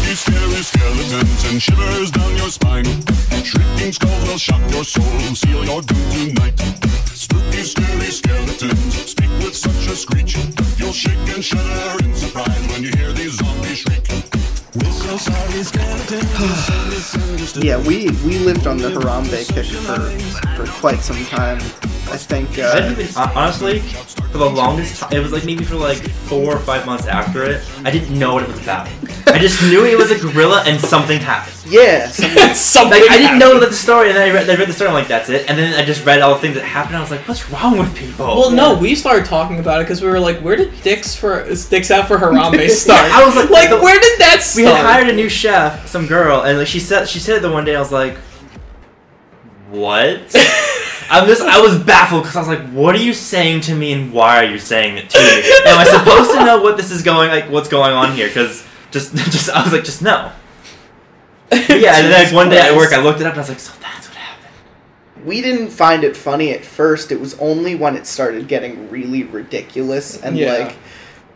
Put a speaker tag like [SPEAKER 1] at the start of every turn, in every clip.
[SPEAKER 1] your skeletons and shivers down your spine. Shrieking skulls will shock your soul, seal your doom tonight. Spooky, scary skeletons speak with such a screech. You'll shake and shudder in surprise when you hear these zombies shriek. We're so sorry, skeletons. so misunderstood.
[SPEAKER 2] Yeah, we we lived on the Harambe kick for for quite some time. I think
[SPEAKER 3] I
[SPEAKER 2] uh,
[SPEAKER 3] didn't even, uh, honestly, for the longest time, it was like maybe for like four or five months after it, I didn't know what it was about. I just knew it was a gorilla and something happened.
[SPEAKER 2] yeah, some-
[SPEAKER 4] Something
[SPEAKER 3] Like, I didn't
[SPEAKER 4] happened.
[SPEAKER 3] know about the story, and then I read, I read the story, I'm like, that's it. And then I just read all the things that happened, and I was like, what's wrong with people?
[SPEAKER 4] Well, no, we started talking about it because we were like, where did dicks for dicks out for Harambe start?
[SPEAKER 3] I was like,
[SPEAKER 4] like,
[SPEAKER 3] the-
[SPEAKER 4] where did that
[SPEAKER 3] we
[SPEAKER 4] start?
[SPEAKER 3] had hired a new chef, some girl, and like she said, she said it the one day. I was like, "What?" I'm just, I was baffled because I was like, "What are you saying to me, and why are you saying it to me? Am I supposed to know what this is going, like, what's going on here?" Because just, just, I was like, "Just no." But yeah, and then like, one day at work, I looked it up, and I was like, "So that's what happened."
[SPEAKER 2] we didn't find it funny at first. It was only when it started getting really ridiculous and
[SPEAKER 4] Yeah.
[SPEAKER 2] like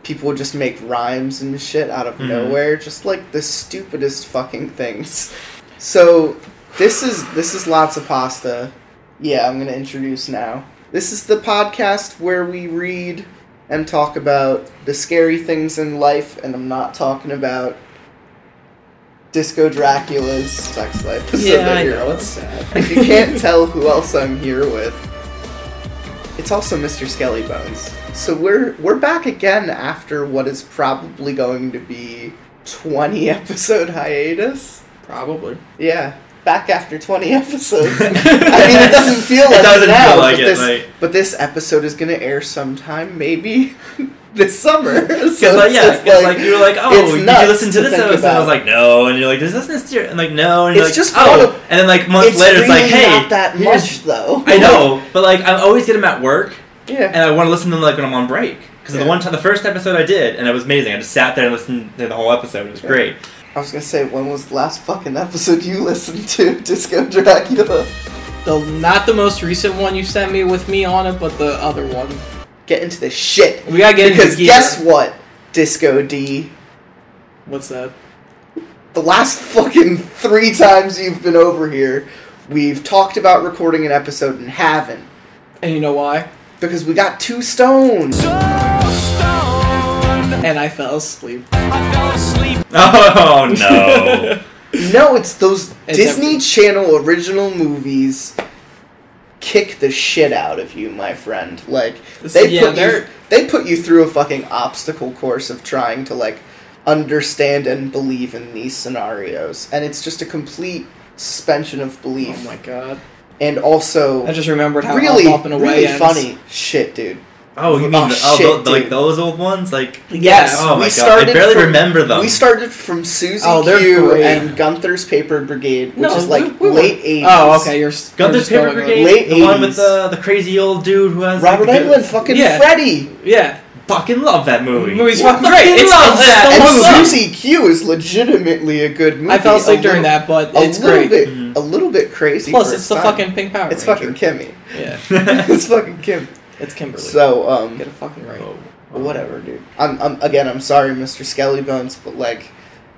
[SPEAKER 2] people would just make rhymes and shit out of
[SPEAKER 4] Mm-hmm.
[SPEAKER 2] nowhere, just like the stupidest fucking things. So this is this is lots of pasta. Yeah, I'm gonna introduce now. This is the podcast where we read and talk about the scary things in life, and I'm not talking about Disco Dracula's sex life.
[SPEAKER 4] Yeah, I
[SPEAKER 2] you're
[SPEAKER 4] know,
[SPEAKER 2] all
[SPEAKER 4] it's sad.
[SPEAKER 2] if you can't tell who else I'm here with, it's also Mr. Skelly Bones. So we're we're back again after what is probably going to be 20 episode hiatus.
[SPEAKER 4] Probably.
[SPEAKER 2] Yeah, back after 20 episodes. I mean, it doesn't feel like it,
[SPEAKER 3] doesn't
[SPEAKER 2] now,
[SPEAKER 3] feel like
[SPEAKER 2] but,
[SPEAKER 3] it,
[SPEAKER 2] this,
[SPEAKER 3] like-
[SPEAKER 2] but this episode is going to air sometime, maybe this summer.
[SPEAKER 3] Because
[SPEAKER 2] So
[SPEAKER 3] like,
[SPEAKER 2] it's
[SPEAKER 3] yeah,
[SPEAKER 2] just
[SPEAKER 3] 'cause, like, you were like,
[SPEAKER 2] it's
[SPEAKER 3] "Oh, did you
[SPEAKER 2] nuts
[SPEAKER 3] listen to this
[SPEAKER 2] think
[SPEAKER 3] episode?" And I
[SPEAKER 2] about.
[SPEAKER 3] was like, "No," and you're like, "Does this this?" year?" And like, "No," and you're
[SPEAKER 2] It's
[SPEAKER 3] like,
[SPEAKER 2] just one of-
[SPEAKER 3] "Oh," and then like months
[SPEAKER 2] it's
[SPEAKER 3] later, it's
[SPEAKER 2] really
[SPEAKER 3] like, "Hey,
[SPEAKER 2] not that
[SPEAKER 3] here's-
[SPEAKER 2] much though.
[SPEAKER 3] I know, but like I always get them at work,
[SPEAKER 2] Yeah.
[SPEAKER 3] and I want to listen to them like when I'm on break. Because
[SPEAKER 2] Yeah.
[SPEAKER 3] the one time, the first episode I did, and it was amazing. I just sat there and listened to the whole episode. It was great.
[SPEAKER 2] I was gonna say, when was the last fucking episode you listened to, Disco Dracula?
[SPEAKER 4] The not the most recent one you sent me with me on it, but the other one.
[SPEAKER 2] Get into the shit.
[SPEAKER 4] We gotta get into
[SPEAKER 2] because
[SPEAKER 4] gear.
[SPEAKER 2] guess what, Disco D?
[SPEAKER 4] What's that?
[SPEAKER 2] The last fucking three times you've been over here, we've talked about recording an episode and haven't
[SPEAKER 4] And you know why?
[SPEAKER 2] because we got too stoned.
[SPEAKER 4] And I fell asleep.
[SPEAKER 3] Oh no!
[SPEAKER 2] No, it's those
[SPEAKER 4] It's
[SPEAKER 2] Disney
[SPEAKER 4] every-
[SPEAKER 2] Channel original movies kick the shit out of you, my friend. Like they
[SPEAKER 4] Yeah,
[SPEAKER 2] put you,
[SPEAKER 4] they're-
[SPEAKER 2] they put you through a fucking obstacle course of trying to like understand and believe in these scenarios, and it's just a complete suspension of belief,
[SPEAKER 4] Oh my god!
[SPEAKER 2] and also
[SPEAKER 4] I just remembered how
[SPEAKER 2] really
[SPEAKER 4] up, up and away
[SPEAKER 2] really
[SPEAKER 4] ends.
[SPEAKER 2] funny shit, dude.
[SPEAKER 3] oh, you mean
[SPEAKER 2] Oh,
[SPEAKER 3] the, oh,
[SPEAKER 2] shit,
[SPEAKER 3] tho- the- like
[SPEAKER 2] dude.
[SPEAKER 3] those old ones? Like
[SPEAKER 4] Yes.
[SPEAKER 3] Oh my
[SPEAKER 2] we
[SPEAKER 3] god!
[SPEAKER 2] started
[SPEAKER 3] I barely
[SPEAKER 2] from-
[SPEAKER 3] remember them.
[SPEAKER 2] We started from Susie
[SPEAKER 4] Oh, they're
[SPEAKER 2] Q
[SPEAKER 4] great.
[SPEAKER 2] and Gunther's Paper Brigade, which
[SPEAKER 4] No,
[SPEAKER 2] is
[SPEAKER 4] we-
[SPEAKER 2] like
[SPEAKER 4] we were-
[SPEAKER 2] late eighties.
[SPEAKER 4] Oh, okay. You're s-
[SPEAKER 3] Got
[SPEAKER 4] you're
[SPEAKER 3] this
[SPEAKER 4] just
[SPEAKER 3] paper
[SPEAKER 4] going
[SPEAKER 3] brigade,
[SPEAKER 2] Late
[SPEAKER 3] the one with
[SPEAKER 2] 80s.
[SPEAKER 3] the the crazy old dude who has
[SPEAKER 2] Robert
[SPEAKER 3] like, the-
[SPEAKER 2] Englund, fucking
[SPEAKER 4] Yeah.
[SPEAKER 2] Freddy.
[SPEAKER 4] over- Yeah,
[SPEAKER 3] Fucking love that movie.
[SPEAKER 4] movie's
[SPEAKER 3] Well,
[SPEAKER 4] fucking great. It's,
[SPEAKER 3] love
[SPEAKER 4] it's
[SPEAKER 3] that.
[SPEAKER 4] the
[SPEAKER 2] And
[SPEAKER 4] one
[SPEAKER 3] It's
[SPEAKER 4] song.
[SPEAKER 2] Susie Q is legitimately a good movie.
[SPEAKER 4] I fell asleep
[SPEAKER 2] A
[SPEAKER 4] during
[SPEAKER 2] little-
[SPEAKER 4] that, but
[SPEAKER 2] A
[SPEAKER 4] it's
[SPEAKER 2] little
[SPEAKER 4] great.
[SPEAKER 2] bit,
[SPEAKER 3] Mhm.
[SPEAKER 2] a little bit crazy.
[SPEAKER 4] Plus,
[SPEAKER 2] for
[SPEAKER 4] it's the
[SPEAKER 2] time.
[SPEAKER 4] fucking Pink Power.
[SPEAKER 2] It's
[SPEAKER 4] Ranger.
[SPEAKER 2] fucking Kimmy.
[SPEAKER 4] Yeah,
[SPEAKER 2] it's fucking Kim.
[SPEAKER 4] it's Kimberly.
[SPEAKER 2] So, um,
[SPEAKER 4] Get it fucking right.
[SPEAKER 3] Oh, oh.
[SPEAKER 2] whatever, dude. I'm, I'm again. I'm sorry, Mr. Skelly Bones, but like,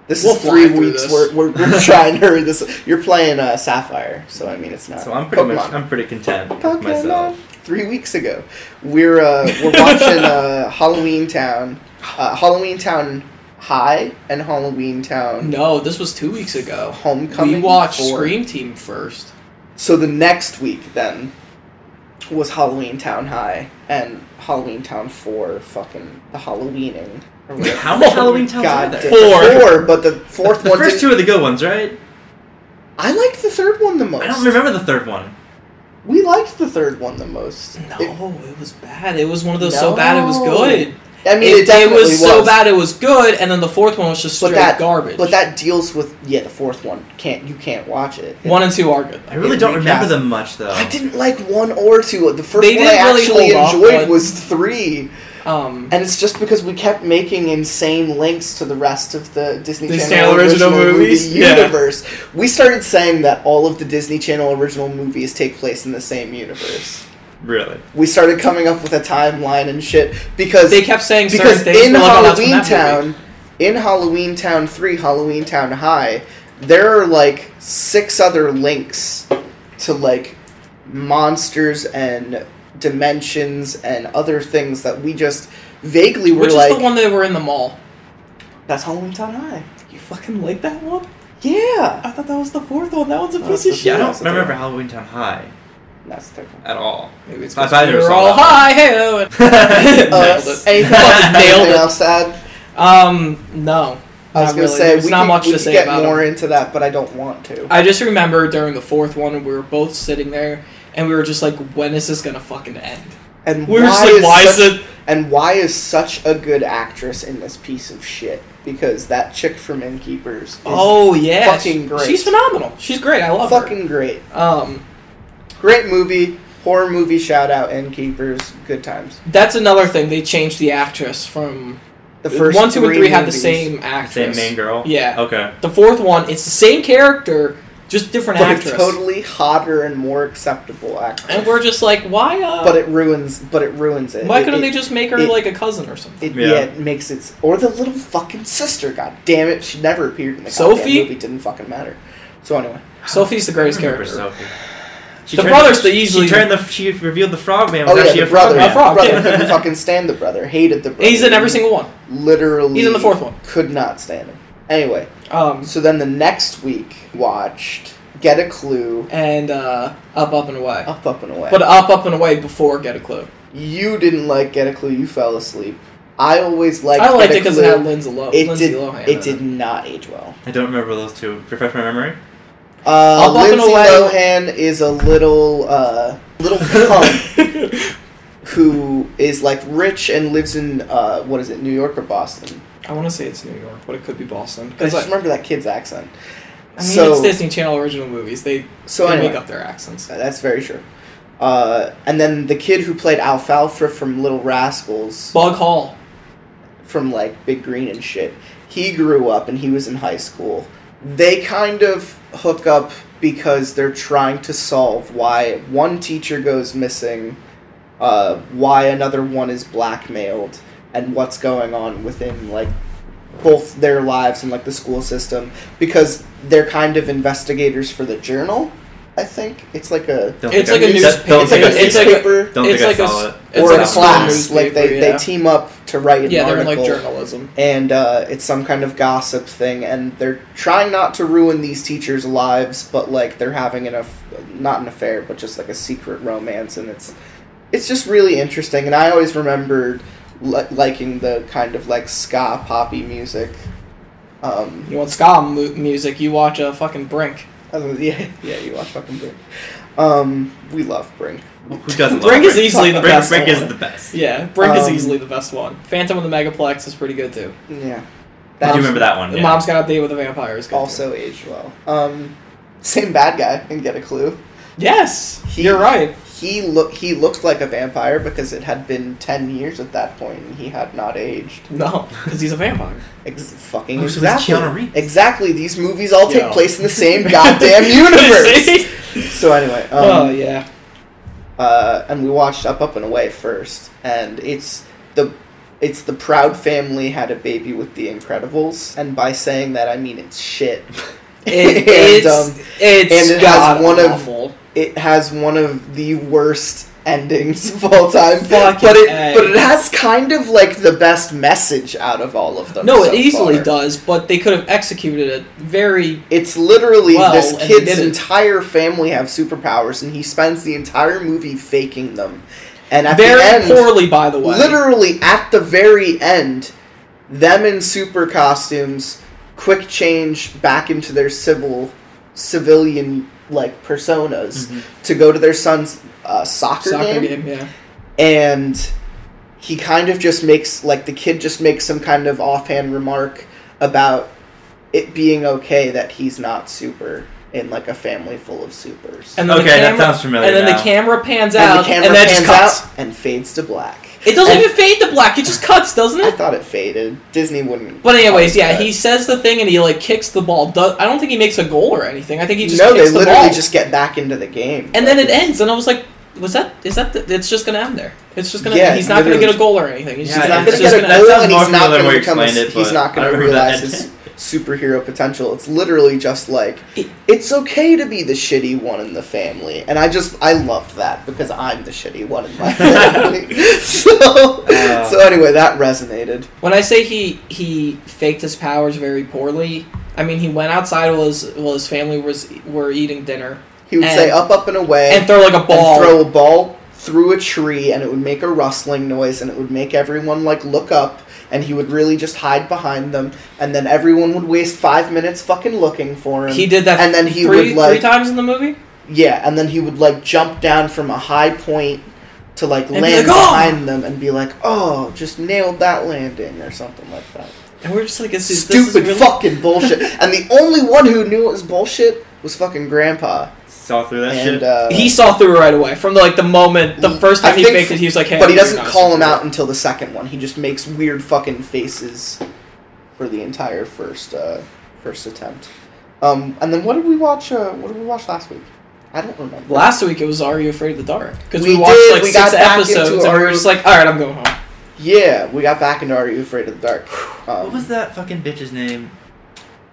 [SPEAKER 2] this
[SPEAKER 4] We'll
[SPEAKER 2] is
[SPEAKER 4] fly
[SPEAKER 2] three
[SPEAKER 4] through
[SPEAKER 2] weeks.
[SPEAKER 4] this.
[SPEAKER 2] We're, we're, we're trying to hurry this. You're playing uh, Sapphire, so I mean, it's not.
[SPEAKER 3] So I'm pretty much
[SPEAKER 2] Pokemon.
[SPEAKER 3] I'm pretty content with
[SPEAKER 2] Pokemon.
[SPEAKER 3] myself.
[SPEAKER 2] Three weeks ago, we're uh, we're watching uh, Halloween Town, uh, Halloween Town High, and Halloween Town
[SPEAKER 4] No, this was two weeks ago.
[SPEAKER 2] Homecoming.
[SPEAKER 4] we watched
[SPEAKER 2] four.
[SPEAKER 4] Scream Team first.
[SPEAKER 2] So the next week then was Halloween Town High and Halloween Town Four. Fucking the Halloweening. or whatever.
[SPEAKER 3] How many Halloween
[SPEAKER 2] Oh
[SPEAKER 3] towns are
[SPEAKER 2] God,
[SPEAKER 3] there?
[SPEAKER 2] damn.
[SPEAKER 4] Four.
[SPEAKER 2] Four, but the fourth
[SPEAKER 3] the
[SPEAKER 2] one.
[SPEAKER 3] first two
[SPEAKER 2] didn't-
[SPEAKER 3] are the good ones, right?
[SPEAKER 2] I liked the third one the most.
[SPEAKER 3] I don't remember the third one.
[SPEAKER 2] We liked the third one the most.
[SPEAKER 4] No,
[SPEAKER 2] It-
[SPEAKER 4] it was bad. It was one of those so bad it was
[SPEAKER 2] No.
[SPEAKER 4] good.
[SPEAKER 2] I mean, it, definitely
[SPEAKER 4] was, so bad it was good, and then the fourth one was just
[SPEAKER 2] But
[SPEAKER 4] straight
[SPEAKER 2] that
[SPEAKER 4] garbage.
[SPEAKER 2] But that deals with yeah, the fourth one can't you can't watch it. It-
[SPEAKER 4] one and two are good.
[SPEAKER 3] I really
[SPEAKER 2] It
[SPEAKER 3] don't remember
[SPEAKER 2] recast-
[SPEAKER 3] them much though.
[SPEAKER 2] I didn't like one or two. The first
[SPEAKER 4] They
[SPEAKER 2] one I
[SPEAKER 4] didn't really
[SPEAKER 2] actually
[SPEAKER 4] hold up,
[SPEAKER 2] enjoyed
[SPEAKER 4] but-
[SPEAKER 2] was three.
[SPEAKER 4] Um,
[SPEAKER 2] And it's just because we kept making insane links to the rest of the Disney
[SPEAKER 4] The
[SPEAKER 2] Channel
[SPEAKER 4] Channel
[SPEAKER 2] original,
[SPEAKER 4] original
[SPEAKER 2] movie
[SPEAKER 4] movies? Yeah.
[SPEAKER 2] universe. We started saying that all of the Disney Channel original movies take place in the same universe.
[SPEAKER 3] Really?
[SPEAKER 2] We started coming up with a timeline and shit because
[SPEAKER 4] they kept saying certain
[SPEAKER 2] because
[SPEAKER 4] things.
[SPEAKER 2] in
[SPEAKER 4] we're like, "Oh, that's from
[SPEAKER 2] Halloween
[SPEAKER 4] that movie."
[SPEAKER 2] Town, in Halloween Town 3, Halloween Town High, there are like six other links to like monsters and dimensions and other things that we just vaguely were
[SPEAKER 4] Which
[SPEAKER 2] like
[SPEAKER 4] is the one that were in the mall?
[SPEAKER 2] that's Halloween Town High.
[SPEAKER 4] You fucking like that one? Uh,
[SPEAKER 2] Yeah.
[SPEAKER 4] I thought that was the fourth one. That one's a
[SPEAKER 2] No,
[SPEAKER 4] piece
[SPEAKER 2] that's
[SPEAKER 4] of
[SPEAKER 2] the
[SPEAKER 3] Yeah, I
[SPEAKER 4] shit.
[SPEAKER 2] third.
[SPEAKER 3] don't remember Halloween Town High
[SPEAKER 2] That's the different.
[SPEAKER 3] at all.
[SPEAKER 4] Maybe it's
[SPEAKER 3] I
[SPEAKER 4] 'cause
[SPEAKER 3] thought
[SPEAKER 4] we
[SPEAKER 3] there was
[SPEAKER 4] were
[SPEAKER 3] something
[SPEAKER 4] all
[SPEAKER 3] else.
[SPEAKER 4] high. Hey,
[SPEAKER 2] Uh,
[SPEAKER 4] Nailed it.
[SPEAKER 2] anything else,
[SPEAKER 4] Nailed
[SPEAKER 2] anything
[SPEAKER 4] it.
[SPEAKER 2] else to add?
[SPEAKER 4] Um, no.
[SPEAKER 2] I was
[SPEAKER 4] Not
[SPEAKER 2] gonna
[SPEAKER 4] really.
[SPEAKER 2] say
[SPEAKER 4] There's
[SPEAKER 2] we
[SPEAKER 4] not
[SPEAKER 2] could-
[SPEAKER 4] much
[SPEAKER 2] we
[SPEAKER 4] to
[SPEAKER 2] could
[SPEAKER 4] say
[SPEAKER 2] get
[SPEAKER 4] about
[SPEAKER 2] more
[SPEAKER 4] it. Uh,
[SPEAKER 2] into that, but I don't want to.
[SPEAKER 4] I just remember during the fourth one, we were both sitting there, and we were just like, "When is this gonna fucking end?"
[SPEAKER 2] and
[SPEAKER 4] We
[SPEAKER 2] why
[SPEAKER 4] were just like,
[SPEAKER 2] is
[SPEAKER 4] "Why
[SPEAKER 2] such,
[SPEAKER 4] is it?"
[SPEAKER 2] And why is such a good actress in this piece of shit? Because that chick from Innkeepers is
[SPEAKER 4] Oh yeah,
[SPEAKER 2] fucking
[SPEAKER 4] she-
[SPEAKER 2] great.
[SPEAKER 4] She's phenomenal. She's great. I love
[SPEAKER 2] fucking great.
[SPEAKER 4] her. Um,
[SPEAKER 2] Great movie, horror movie shout out Innkeepers, good times.
[SPEAKER 4] that's another thing. They changed the actress from
[SPEAKER 2] The first
[SPEAKER 4] one, two, and three had the
[SPEAKER 2] movies-
[SPEAKER 4] same
[SPEAKER 3] Same
[SPEAKER 4] actress.
[SPEAKER 3] main girl.
[SPEAKER 4] Yeah.
[SPEAKER 3] Okay.
[SPEAKER 4] The fourth one, it's the same character, just different
[SPEAKER 2] but
[SPEAKER 4] actress.
[SPEAKER 2] a totally hotter and more acceptable actress.
[SPEAKER 4] and we're just like, why? Uh,
[SPEAKER 2] but it ruins but it ruins it.
[SPEAKER 4] why
[SPEAKER 2] It-
[SPEAKER 4] couldn't
[SPEAKER 2] it-
[SPEAKER 4] they just make her
[SPEAKER 2] it-
[SPEAKER 4] like a cousin or something?
[SPEAKER 2] It, yeah.
[SPEAKER 3] Yeah.
[SPEAKER 2] it makes it or the little fucking sister. God damn it, she never appeared in the goddamn
[SPEAKER 4] Sophie?
[SPEAKER 2] movie. Didn't fucking matter. So anyway,
[SPEAKER 4] Sophie's the greatest
[SPEAKER 3] I remember
[SPEAKER 4] character.
[SPEAKER 3] Sophie. She
[SPEAKER 4] The
[SPEAKER 3] turned
[SPEAKER 4] brothers, they easily-
[SPEAKER 3] She turned the. She revealed the frogman.
[SPEAKER 2] oh
[SPEAKER 3] Was
[SPEAKER 2] yeah,
[SPEAKER 3] actually
[SPEAKER 2] the
[SPEAKER 3] a
[SPEAKER 2] brother,
[SPEAKER 4] frog man. A frog,
[SPEAKER 2] brother
[SPEAKER 4] yeah.
[SPEAKER 2] couldn't fucking stand the brother. Hated the brother.
[SPEAKER 4] He's in every single one.
[SPEAKER 2] Literally,
[SPEAKER 4] He's in the fourth one.
[SPEAKER 2] Could not stand him. Anyway,
[SPEAKER 4] Um,
[SPEAKER 2] so then the next week watched Get a Clue,
[SPEAKER 4] and uh, up, up and away.
[SPEAKER 2] Up, Up and Away.
[SPEAKER 4] But uh, up, up and away before Get a Clue.
[SPEAKER 2] you didn't like Get a Clue. You fell asleep. I always liked.
[SPEAKER 4] I liked
[SPEAKER 2] Get
[SPEAKER 4] it
[SPEAKER 2] a
[SPEAKER 4] because
[SPEAKER 2] Clue.
[SPEAKER 4] it had Lindsay, Lo-
[SPEAKER 2] It
[SPEAKER 4] Lindsay
[SPEAKER 2] did.
[SPEAKER 4] Lohan. in
[SPEAKER 2] It did not age well.
[SPEAKER 3] I don't remember those two. Refresh my memory.
[SPEAKER 2] Uh,
[SPEAKER 4] Up, Up and
[SPEAKER 2] Lindsay
[SPEAKER 4] Away.
[SPEAKER 2] Lohan is a little uh, little punk who is like rich and lives in uh, what is it, New York or Boston?
[SPEAKER 4] I want to say it's New York, but it could be Boston.
[SPEAKER 2] I
[SPEAKER 4] Because
[SPEAKER 2] just
[SPEAKER 4] I,
[SPEAKER 2] remember that kid's accent.
[SPEAKER 4] I mean,
[SPEAKER 2] so-
[SPEAKER 4] it's Disney Channel original movies. They,
[SPEAKER 2] So
[SPEAKER 4] they
[SPEAKER 2] anyway,
[SPEAKER 4] make up their accents.
[SPEAKER 2] that's very true. Uh, and then the kid who played Alfalfa from Little Rascals,
[SPEAKER 4] Bug Hall.
[SPEAKER 2] from like Big Green and shit, he grew up and he was in high school. They kind of hook up because they're trying to solve why one teacher goes missing, uh, why another one is blackmailed, and what's going on within like both their lives and like the school system because they're kind of investigators for the journal. I think it's like a
[SPEAKER 3] Don't
[SPEAKER 4] It's
[SPEAKER 3] think
[SPEAKER 4] like
[SPEAKER 3] I- that-
[SPEAKER 4] a newspaper.
[SPEAKER 3] Don't
[SPEAKER 2] it's like
[SPEAKER 3] think
[SPEAKER 2] a
[SPEAKER 3] I-
[SPEAKER 4] it's like a-
[SPEAKER 2] newspaper
[SPEAKER 3] Don't
[SPEAKER 4] it's
[SPEAKER 3] think I
[SPEAKER 4] like a
[SPEAKER 3] saw
[SPEAKER 4] s-
[SPEAKER 3] it.
[SPEAKER 4] it's
[SPEAKER 2] or
[SPEAKER 4] like
[SPEAKER 2] a
[SPEAKER 4] school
[SPEAKER 2] class. Like
[SPEAKER 4] newspaper,
[SPEAKER 2] they,
[SPEAKER 4] yeah.
[SPEAKER 2] they team up to write an
[SPEAKER 4] yeah, they're in
[SPEAKER 2] article
[SPEAKER 4] like journalism.
[SPEAKER 2] and uh, it's some kind of gossip thing and they're trying not to ruin these teachers' lives but like they're having an aff- not an affair but just like a secret romance and it's it's just really interesting and i always remembered li- liking the kind of like ska poppy music um
[SPEAKER 4] You want ska mu- music? You watch a fucking Brink.
[SPEAKER 2] other than- yeah yeah you watch fucking brink um we love brink
[SPEAKER 3] Who doesn't love
[SPEAKER 4] Brink is
[SPEAKER 3] Brink?
[SPEAKER 4] easily the
[SPEAKER 2] Brink-
[SPEAKER 4] best.
[SPEAKER 3] Brink
[SPEAKER 4] one.
[SPEAKER 3] is the best.
[SPEAKER 4] Yeah, Brink is
[SPEAKER 2] Um,
[SPEAKER 4] easily the best one. Phantom of the Megaplex is pretty good too.
[SPEAKER 2] yeah
[SPEAKER 3] I
[SPEAKER 2] That's
[SPEAKER 3] do remember that one.
[SPEAKER 4] The
[SPEAKER 3] Yeah.
[SPEAKER 4] Mom's Got a Date with a Vampire is good. too.
[SPEAKER 2] also aged well um same bad guy and get a clue
[SPEAKER 4] yes,
[SPEAKER 2] He-
[SPEAKER 4] you're right.
[SPEAKER 2] he look he looked like a vampire because it had been 10 years at that point and he had not aged
[SPEAKER 4] No, because he's a vampire.
[SPEAKER 2] Ex- fucking
[SPEAKER 3] Oh, so it's
[SPEAKER 2] exactly
[SPEAKER 3] Keanu Reeves.
[SPEAKER 2] exactly these movies all take
[SPEAKER 4] Yeah.
[SPEAKER 2] place in the same goddamn universe
[SPEAKER 4] See?
[SPEAKER 2] so anyway um,
[SPEAKER 4] oh yeah.
[SPEAKER 2] uh, and we watched up up and away first and it's the it's the proud family had a baby with the incredibles and by saying that i mean it's shit
[SPEAKER 4] It,
[SPEAKER 2] And,
[SPEAKER 4] it's
[SPEAKER 2] um,
[SPEAKER 4] it's
[SPEAKER 2] and it has
[SPEAKER 4] god
[SPEAKER 2] one of-
[SPEAKER 4] awful.
[SPEAKER 2] it has one of the worst endings of all time.
[SPEAKER 4] Fucking
[SPEAKER 2] but it
[SPEAKER 4] A.
[SPEAKER 2] but it has kind of like the best message out of all of them.
[SPEAKER 4] no,
[SPEAKER 2] so
[SPEAKER 4] it easily
[SPEAKER 2] far.
[SPEAKER 4] does, but they could have executed it very.
[SPEAKER 2] It's literally
[SPEAKER 4] Well,
[SPEAKER 2] this
[SPEAKER 4] and they
[SPEAKER 2] kid's
[SPEAKER 4] didn't.
[SPEAKER 2] entire family have superpowers, and he spends the entire movie faking them. And at
[SPEAKER 4] very
[SPEAKER 2] the end,
[SPEAKER 4] poorly, by the way.
[SPEAKER 2] literally at the very end, them in super costumes, quick change back into their civil, civilian like personas
[SPEAKER 3] Mhm.
[SPEAKER 2] to go to their son's uh, soccer,
[SPEAKER 4] Mm-hmm. soccer
[SPEAKER 2] game.
[SPEAKER 4] game, yeah.
[SPEAKER 2] and he kind of just makes like the kid just makes some kind of offhand remark about it being okay that he's not super in like a family full of supers.
[SPEAKER 4] And
[SPEAKER 3] Okay,
[SPEAKER 4] the
[SPEAKER 3] that
[SPEAKER 4] camera,
[SPEAKER 3] sounds familiar
[SPEAKER 4] And then
[SPEAKER 3] now.
[SPEAKER 4] the camera pans
[SPEAKER 2] And
[SPEAKER 4] out,
[SPEAKER 2] the camera
[SPEAKER 4] and that
[SPEAKER 2] pans
[SPEAKER 4] just cuts.
[SPEAKER 2] out and fades to black.
[SPEAKER 4] It doesn't
[SPEAKER 2] And
[SPEAKER 4] even fade to black; it just cuts, doesn't
[SPEAKER 2] I
[SPEAKER 4] it?
[SPEAKER 2] thought it faded. Disney wouldn't.
[SPEAKER 4] Mm-hmm. But anyways,
[SPEAKER 2] cut
[SPEAKER 4] yeah,
[SPEAKER 2] that.
[SPEAKER 4] he says the thing, and he like kicks the ball. Do- I don't think he makes a goal or anything. I think he just
[SPEAKER 2] no, they
[SPEAKER 4] kicks the
[SPEAKER 2] literally
[SPEAKER 4] ball.
[SPEAKER 2] just get back into the game.
[SPEAKER 4] and then it ends, and I was like, was that is that the, it's just gonna end there? It's just gonna
[SPEAKER 2] Yeah,
[SPEAKER 4] he's not gonna
[SPEAKER 2] literally.
[SPEAKER 4] get a goal or anything. He's
[SPEAKER 3] Yeah,
[SPEAKER 4] just
[SPEAKER 2] he's not
[SPEAKER 4] not
[SPEAKER 2] going
[SPEAKER 3] it's
[SPEAKER 2] to
[SPEAKER 4] just
[SPEAKER 2] get a
[SPEAKER 4] gonna end.
[SPEAKER 3] that
[SPEAKER 2] goal,
[SPEAKER 3] sounds
[SPEAKER 2] and
[SPEAKER 3] more
[SPEAKER 2] he's not
[SPEAKER 3] familiar
[SPEAKER 2] going
[SPEAKER 3] way
[SPEAKER 2] to
[SPEAKER 3] you
[SPEAKER 2] become. A,
[SPEAKER 3] explained it,
[SPEAKER 2] he's
[SPEAKER 3] but
[SPEAKER 2] not
[SPEAKER 3] I
[SPEAKER 2] going to
[SPEAKER 3] remember that
[SPEAKER 2] realize his superhero potential. It's literally just like
[SPEAKER 4] It-
[SPEAKER 2] it's okay to be the shitty one in the family, and I just I loved that because I'm the shitty one in my family. so,
[SPEAKER 3] Uh.
[SPEAKER 2] so anyway, that resonated.
[SPEAKER 4] When I say he he faked his powers very poorly, I mean he went outside while his while his family was were eating dinner
[SPEAKER 2] He would say
[SPEAKER 4] And-
[SPEAKER 2] up, up, and away,
[SPEAKER 4] and throw like a ball.
[SPEAKER 2] and throw a ball through a tree and it would make a rustling noise and it would make everyone like look up and he would really just hide behind them and then everyone would waste five minutes fucking looking for him
[SPEAKER 4] he did that
[SPEAKER 2] and then he
[SPEAKER 4] three,
[SPEAKER 2] would like
[SPEAKER 4] three times in the movie.
[SPEAKER 2] yeah and then he would like jump down from a high point to like
[SPEAKER 4] be
[SPEAKER 2] land
[SPEAKER 4] like, "Oh!"
[SPEAKER 2] behind them and be like oh just nailed that landing or something like that
[SPEAKER 4] And we're just like this is, this is
[SPEAKER 2] stupid
[SPEAKER 4] really-
[SPEAKER 2] fucking bullshit and the only one who knew it was bullshit was fucking grandpa
[SPEAKER 3] Saw through that
[SPEAKER 2] and
[SPEAKER 3] shit.
[SPEAKER 2] uh,
[SPEAKER 4] He saw through it right away from the, like the moment the first
[SPEAKER 2] I
[SPEAKER 4] time he
[SPEAKER 2] think-
[SPEAKER 4] faked it. He was like, hey,
[SPEAKER 2] but he
[SPEAKER 4] you're
[SPEAKER 2] doesn't
[SPEAKER 4] not a
[SPEAKER 2] call him
[SPEAKER 4] superhero.
[SPEAKER 2] out until the second one. He just makes weird fucking faces for the entire first uh, first attempt. Um, and then what did we watch? Uh, what did we watch last week? I don't remember.
[SPEAKER 4] Last week it was Are You Afraid of the Dark? Because
[SPEAKER 2] We
[SPEAKER 4] we, watched
[SPEAKER 2] did,
[SPEAKER 4] like
[SPEAKER 2] we
[SPEAKER 4] six
[SPEAKER 2] got back into
[SPEAKER 4] episodes and
[SPEAKER 2] Are
[SPEAKER 4] we were
[SPEAKER 2] You-
[SPEAKER 4] just like, all right, I'm going home.
[SPEAKER 2] yeah, we got back into Are You Afraid of the Dark? Um,
[SPEAKER 3] what was that fucking bitch's name?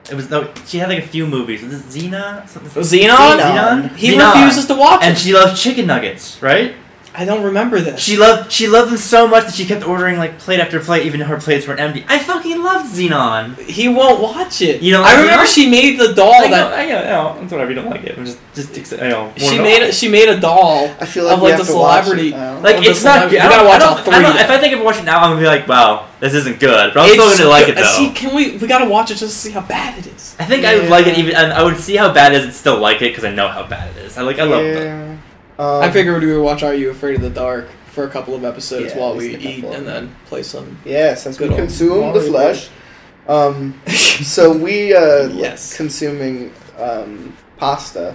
[SPEAKER 3] It was no. She had like a few movies. Was it Xena? Something.
[SPEAKER 4] Xenon?
[SPEAKER 2] Xenon.
[SPEAKER 4] He
[SPEAKER 3] Xenon.
[SPEAKER 4] refuses to watch
[SPEAKER 3] And
[SPEAKER 4] it.
[SPEAKER 3] she loved chicken nuggets, right?
[SPEAKER 4] I don't remember this.
[SPEAKER 3] She loved she loved them so much that she kept ordering like plate after plate, even though her plates weren't empty. I fucking loved Xenon.
[SPEAKER 4] he won't watch it.
[SPEAKER 3] You don't
[SPEAKER 4] I
[SPEAKER 3] like
[SPEAKER 4] remember
[SPEAKER 3] Xenon?
[SPEAKER 4] she made the doll
[SPEAKER 3] I know,
[SPEAKER 4] that
[SPEAKER 3] I know, I know. It's whatever. You don't like it. I'm just, just, accept- I know.
[SPEAKER 4] she
[SPEAKER 3] Well,
[SPEAKER 4] made.
[SPEAKER 3] no.
[SPEAKER 4] A, she made a doll.
[SPEAKER 2] I feel like
[SPEAKER 4] of,
[SPEAKER 2] we
[SPEAKER 4] like,
[SPEAKER 2] have
[SPEAKER 4] the
[SPEAKER 2] to watch
[SPEAKER 4] celebrity-
[SPEAKER 2] it now.
[SPEAKER 3] Like
[SPEAKER 4] Well,
[SPEAKER 3] it's
[SPEAKER 4] this
[SPEAKER 3] not.
[SPEAKER 4] one,
[SPEAKER 3] Good.
[SPEAKER 4] you
[SPEAKER 3] I
[SPEAKER 4] gotta
[SPEAKER 3] don't, I
[SPEAKER 4] watch
[SPEAKER 3] don't,
[SPEAKER 4] all
[SPEAKER 3] I
[SPEAKER 4] three,
[SPEAKER 3] don't-
[SPEAKER 4] though.
[SPEAKER 3] if I think I've watched it now, I'm gonna be like, wow, this isn't good. But I'm still
[SPEAKER 4] It's-
[SPEAKER 3] gonna like it though.
[SPEAKER 4] See, can we? We gotta watch it just to see how bad it is.
[SPEAKER 3] I think I would like it
[SPEAKER 2] Yeah.
[SPEAKER 3] even, and I would see how bad it is and still like it because I know how bad it is. I like, I love it.
[SPEAKER 2] yeah. Um,
[SPEAKER 4] I figured we would watch Are You Afraid of the Dark for a couple of episodes
[SPEAKER 2] Yeah,
[SPEAKER 4] while
[SPEAKER 2] at least
[SPEAKER 4] we
[SPEAKER 2] a couple
[SPEAKER 4] eat
[SPEAKER 2] of
[SPEAKER 4] and
[SPEAKER 2] them.
[SPEAKER 4] then play some.
[SPEAKER 2] Yeah, since we
[SPEAKER 4] Good old
[SPEAKER 2] consume the
[SPEAKER 4] Mario.
[SPEAKER 2] flesh. Um, so we uh,
[SPEAKER 4] Yes.
[SPEAKER 2] consuming um, pasta.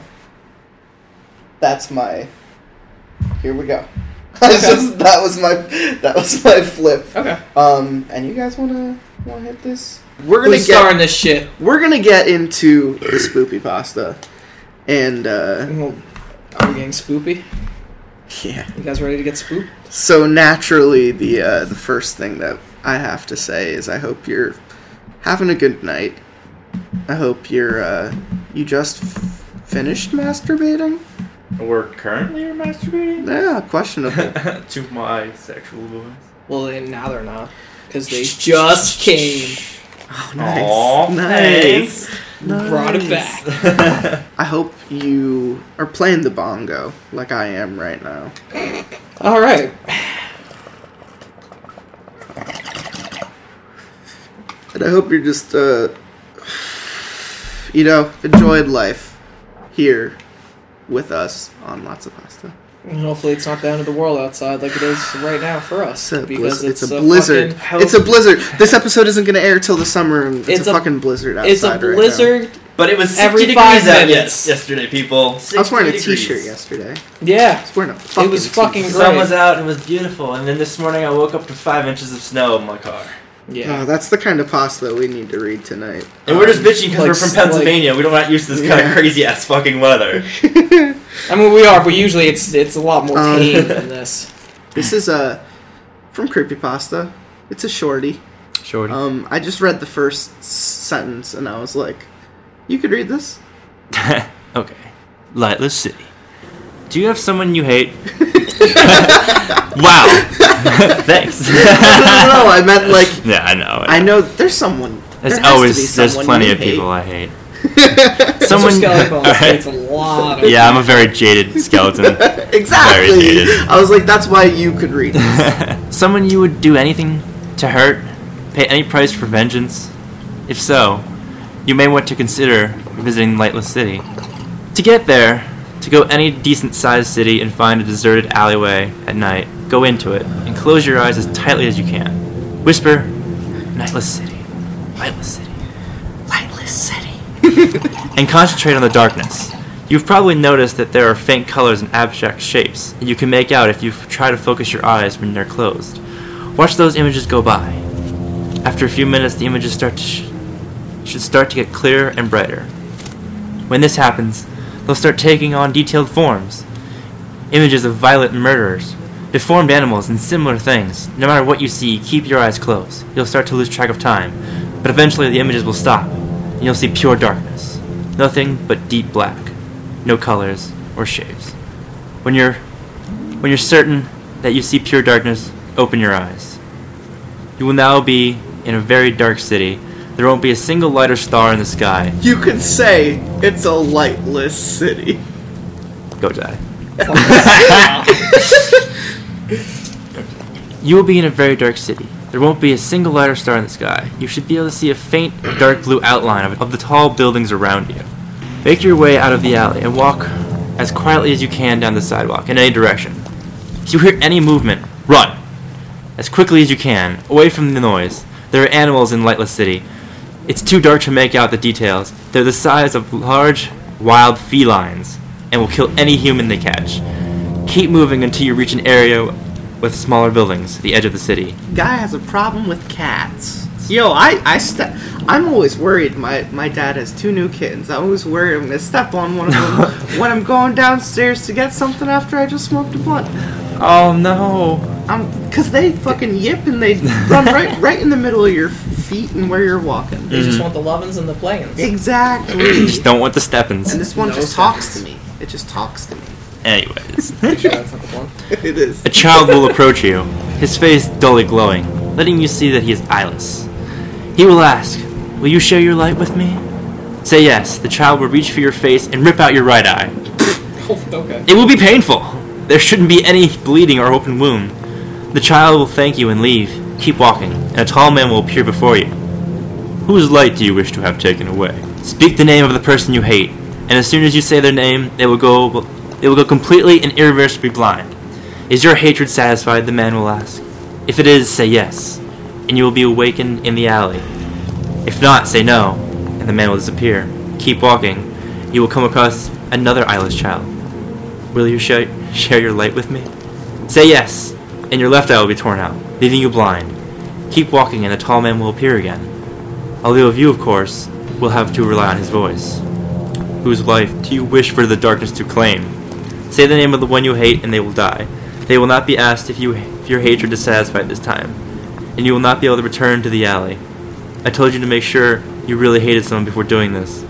[SPEAKER 2] That's my. Here we go. I was
[SPEAKER 4] Okay.
[SPEAKER 2] just- that was my that was my flip.
[SPEAKER 4] Okay.
[SPEAKER 2] Um, and you guys wanna wanna hit this? We're
[SPEAKER 4] Who's starring this shit?
[SPEAKER 2] we're gonna get into the spoopy pasta, and uh,
[SPEAKER 4] Are we getting spoopy?
[SPEAKER 2] yeah.
[SPEAKER 4] You guys ready to get spooped?
[SPEAKER 2] So naturally, the uh, the first thing that I have to say is I hope you're having a good night. I hope you're uh, you just f- finished masturbating.
[SPEAKER 3] We're currently masturbating
[SPEAKER 2] Yeah, questionable.
[SPEAKER 3] to my sexual voice.
[SPEAKER 4] Well, then now they're not because they just came.
[SPEAKER 2] Oh,
[SPEAKER 3] Aw,
[SPEAKER 2] nice, nice.
[SPEAKER 4] Brought it back.
[SPEAKER 3] thanks.
[SPEAKER 2] I hope you are playing the bongo like I am right now.
[SPEAKER 4] All right.
[SPEAKER 2] And I hope you're just, uh, you know, enjoyed life here with us on Lots of Pasta.
[SPEAKER 4] And hopefully it's not the end of the world outside like it is right now for us
[SPEAKER 2] It's a,
[SPEAKER 4] because
[SPEAKER 2] blizz- it's a
[SPEAKER 4] fucking-
[SPEAKER 2] blizzard.
[SPEAKER 3] hell-
[SPEAKER 2] it's a blizzard. This episode isn't going to air till the summer. And it's,
[SPEAKER 4] It's
[SPEAKER 2] a,
[SPEAKER 4] a-
[SPEAKER 2] fucking blizzard outside.
[SPEAKER 4] it's a
[SPEAKER 2] right now.
[SPEAKER 4] blizzard.
[SPEAKER 3] but it was 60
[SPEAKER 4] Every
[SPEAKER 3] degrees
[SPEAKER 4] five
[SPEAKER 3] out yes-
[SPEAKER 4] minutes.
[SPEAKER 3] yesterday, people.
[SPEAKER 2] I was wearing a
[SPEAKER 3] 60 degrees.
[SPEAKER 2] t-shirt yesterday. I
[SPEAKER 4] yeah.
[SPEAKER 2] was wearing a fucking.
[SPEAKER 4] was
[SPEAKER 2] t-shirt.
[SPEAKER 4] fucking
[SPEAKER 3] The
[SPEAKER 4] Great.
[SPEAKER 3] sun was out, it was beautiful, and then this morning I woke up to five inches of snow in my car.
[SPEAKER 4] Yeah.
[SPEAKER 2] Oh, that's the kind of pasta we need to read tonight.
[SPEAKER 3] And we're just bitching because
[SPEAKER 4] Like
[SPEAKER 3] we're from
[SPEAKER 4] s- like-
[SPEAKER 3] Pennsylvania. we don't not used to this kind
[SPEAKER 2] Yeah.
[SPEAKER 3] of crazy ass fucking weather.
[SPEAKER 4] I mean we are, but usually it's it's a lot more
[SPEAKER 2] Um,
[SPEAKER 4] tame than this.
[SPEAKER 2] This is uh, from Creepypasta. It's a shorty.
[SPEAKER 3] Shorty.
[SPEAKER 2] Um, I just read the first s- sentence and I was like, "You could read this."
[SPEAKER 3] okay. Lightless City. Do you have someone you hate? wow. Thanks.
[SPEAKER 2] no, no, no, I meant like
[SPEAKER 3] Yeah, I know.
[SPEAKER 2] I know there's someone.
[SPEAKER 3] There's
[SPEAKER 2] there has to be
[SPEAKER 3] always there's
[SPEAKER 2] someone
[SPEAKER 3] plenty
[SPEAKER 2] you
[SPEAKER 3] of people I hate.
[SPEAKER 2] hate.
[SPEAKER 3] Someone.
[SPEAKER 4] skeleton
[SPEAKER 3] Alright.
[SPEAKER 4] it's a lot of
[SPEAKER 3] Yeah, I'm a very jaded skeleton. Very
[SPEAKER 2] exactly.
[SPEAKER 3] dated.
[SPEAKER 2] I was like, "That's why you could read." This.
[SPEAKER 3] Someone you would do anything to hurt, pay any price for vengeance? If so, you may want to consider visiting Lightless City. To get there, to go any decent sized city and find a deserted alleyway at night, go into it and close your eyes as tightly as you can. Whisper, Nightless City, Lightless City, Lightless City. and concentrate on the darkness. You've probably noticed that there are faint colors and abstract shapes that you can make out if you f- try to focus your eyes when they're closed. Watch those images go by. After a few minutes, the images start to sh- should start to get clearer and brighter. When this happens, they'll start taking on detailed forms. images of violent murderers, deformed animals, and similar things. No matter what you see, keep your eyes closed. You'll start to lose track of time, but eventually the images will stop, and you'll see pure darkness. Nothing but deep black. No colors or shapes. When you're when you're certain that you see pure darkness, open your eyes. You will now be in a very dark city. There won't be a single light or star in the sky.
[SPEAKER 2] You could say it's a lightless city.
[SPEAKER 3] Go die. You will be in a very dark city. There won't be a single light or star in the sky. You should be able to see a faint, dark blue outline of, of the tall buildings around you. Make your way out of the alley and walk as quietly as you can down the sidewalk in any direction. If you hear any movement, run! As quickly as you can, away from the noise. There are animals in Lightless City. It's too dark to make out the details. They're the size of large, wild felines and will kill any human they catch. Keep moving until you reach an area with smaller buildings, the edge of the city.
[SPEAKER 2] Guy has a problem with cats. Yo, I I step. I'm always worried. My my dad has two new kittens. I'm always worried I'm gonna step on one of them when I'm going downstairs to get something after I just smoked a blunt.
[SPEAKER 3] Oh no!
[SPEAKER 2] I'm cause they fucking yip and they run right right in the middle of your feet and where you're walking.
[SPEAKER 4] They just want the lovins and the playins.
[SPEAKER 2] Exactly.
[SPEAKER 3] Just don't want the
[SPEAKER 2] And
[SPEAKER 3] steppins.
[SPEAKER 2] this one
[SPEAKER 4] No
[SPEAKER 2] just
[SPEAKER 4] sense.
[SPEAKER 2] talks to me. It just talks to me.
[SPEAKER 3] Anyways,
[SPEAKER 4] Make sure that's not the one.
[SPEAKER 2] It is.
[SPEAKER 3] a child will approach you, his face dully glowing, letting you see that he is eyeless. He will ask, "Will you share your light with me?" Say yes. The child will reach for your face and rip out your right eye.
[SPEAKER 4] Oh, okay.
[SPEAKER 3] It will be painful. There shouldn't be any bleeding or open wound. The child will thank you and leave. Keep walking, and a tall man will appear before you. Whose light do you wish to have taken away? Speak the name of the person you hate, and as soon as you say their name, they will go they will go completely and irreversibly blind. Is your hatred satisfied? The man will ask. If it is, say yes, and you will be awakened in the alley. If not, say no, and the man will disappear. Keep walking. You will come across another eyeless child. Will you share, share your light with me? Say yes, and your left eye will be torn out, leaving you blind. Keep walking, and the tall man will appear again. Although of you, of course, will have to rely on his voice. Whose life do you wish for the darkness to claim? Say the name of the one you hate, and they will die. They will not be asked if, you, if your hatred is satisfied this time, and you will not be able to return to the alley. I told you to make sure you really hated someone before doing this.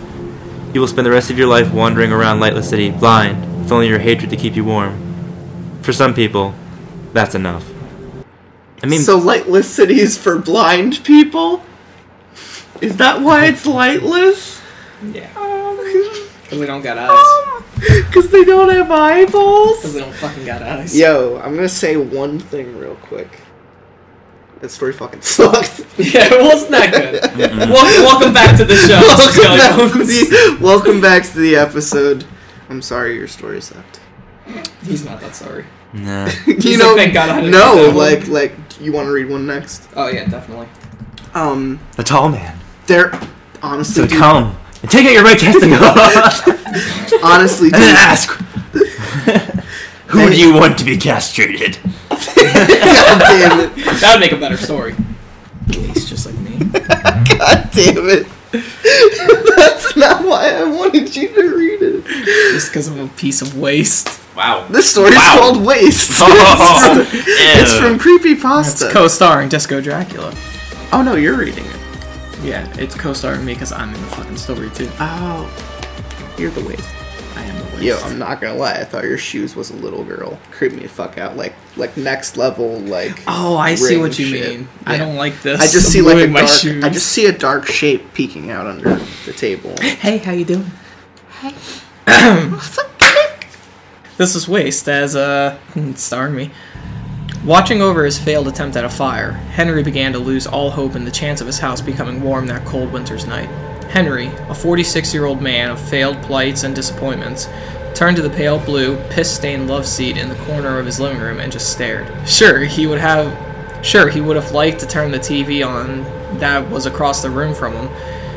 [SPEAKER 3] You will spend the rest of your life wandering around Lightless City, blind, with only your hatred to keep you warm. For some people, that's enough. I mean,
[SPEAKER 2] so lightless cities for blind people. Is that why it's lightless?
[SPEAKER 4] Yeah. Because they don't got eyes.
[SPEAKER 2] Because they don't have
[SPEAKER 4] Because
[SPEAKER 2] eyeballs.
[SPEAKER 4] they don't fucking got eyes.
[SPEAKER 2] Yo, I'm gonna say one thing real quick. That story fucking sucked.
[SPEAKER 4] Yeah, it was not good. Wel- welcome back to the show. Skelly
[SPEAKER 2] welcome, back to
[SPEAKER 4] Bones.
[SPEAKER 2] the, welcome back to the episode. I'm sorry your story sucked.
[SPEAKER 4] He's not that sorry.
[SPEAKER 3] nah.
[SPEAKER 2] you
[SPEAKER 4] like,
[SPEAKER 2] know,
[SPEAKER 4] "Thank God I didn't read
[SPEAKER 2] no,
[SPEAKER 4] that one."
[SPEAKER 2] like, like, you want to read one next?
[SPEAKER 4] Oh yeah, definitely.
[SPEAKER 2] Um,
[SPEAKER 3] The tall man.
[SPEAKER 2] they're honestly,
[SPEAKER 3] So
[SPEAKER 2] dude,
[SPEAKER 3] come and take out your right testicle and
[SPEAKER 2] honestly, dude,
[SPEAKER 3] then ask, who
[SPEAKER 2] They-
[SPEAKER 3] do you want to be castrated?
[SPEAKER 2] God damn it,
[SPEAKER 4] That would make a better story. He's just like me.
[SPEAKER 2] God damn it. That's not why I wanted you to read it.
[SPEAKER 4] Just because I'm a piece of waste.
[SPEAKER 3] Wow.
[SPEAKER 2] This story's
[SPEAKER 3] Wow.
[SPEAKER 2] called Waste.
[SPEAKER 3] Oh,
[SPEAKER 2] it's, from, it's
[SPEAKER 3] ew.
[SPEAKER 2] from
[SPEAKER 4] It's
[SPEAKER 2] Creepypasta.
[SPEAKER 4] co-starring Disco Dracula.
[SPEAKER 2] oh no, you're reading it.
[SPEAKER 4] Yeah, it's co-starring me because I'm in the fucking story too.
[SPEAKER 2] Oh, you're the waste.
[SPEAKER 4] I am the waste.
[SPEAKER 2] Yo, I'm not gonna lie. I thought your shoes was a little girl. Creep me the fuck out. Like, like next level. Like,
[SPEAKER 4] oh, I see
[SPEAKER 2] ring
[SPEAKER 4] what you
[SPEAKER 2] shit.
[SPEAKER 4] mean. I
[SPEAKER 2] Yeah.
[SPEAKER 4] don't like this.
[SPEAKER 2] I just
[SPEAKER 4] I'm
[SPEAKER 2] see like a
[SPEAKER 4] ruining
[SPEAKER 2] dark. I just see a dark shape peeking out under the table.
[SPEAKER 4] Hey, how you doing?
[SPEAKER 2] What's up, Nick?
[SPEAKER 4] This is Waste as, uh, starring me. Watching over his failed attempt at a fire, Henry began to lose all hope in the chance of his house becoming warm that cold winter's night. Henry, a 46 year old man of failed plights and disappointments, turned to the pale blue, piss stained love seat in the corner of his living room and just stared. Sure, he would have. Sure, he would have liked to turn the TV on that was across the room from him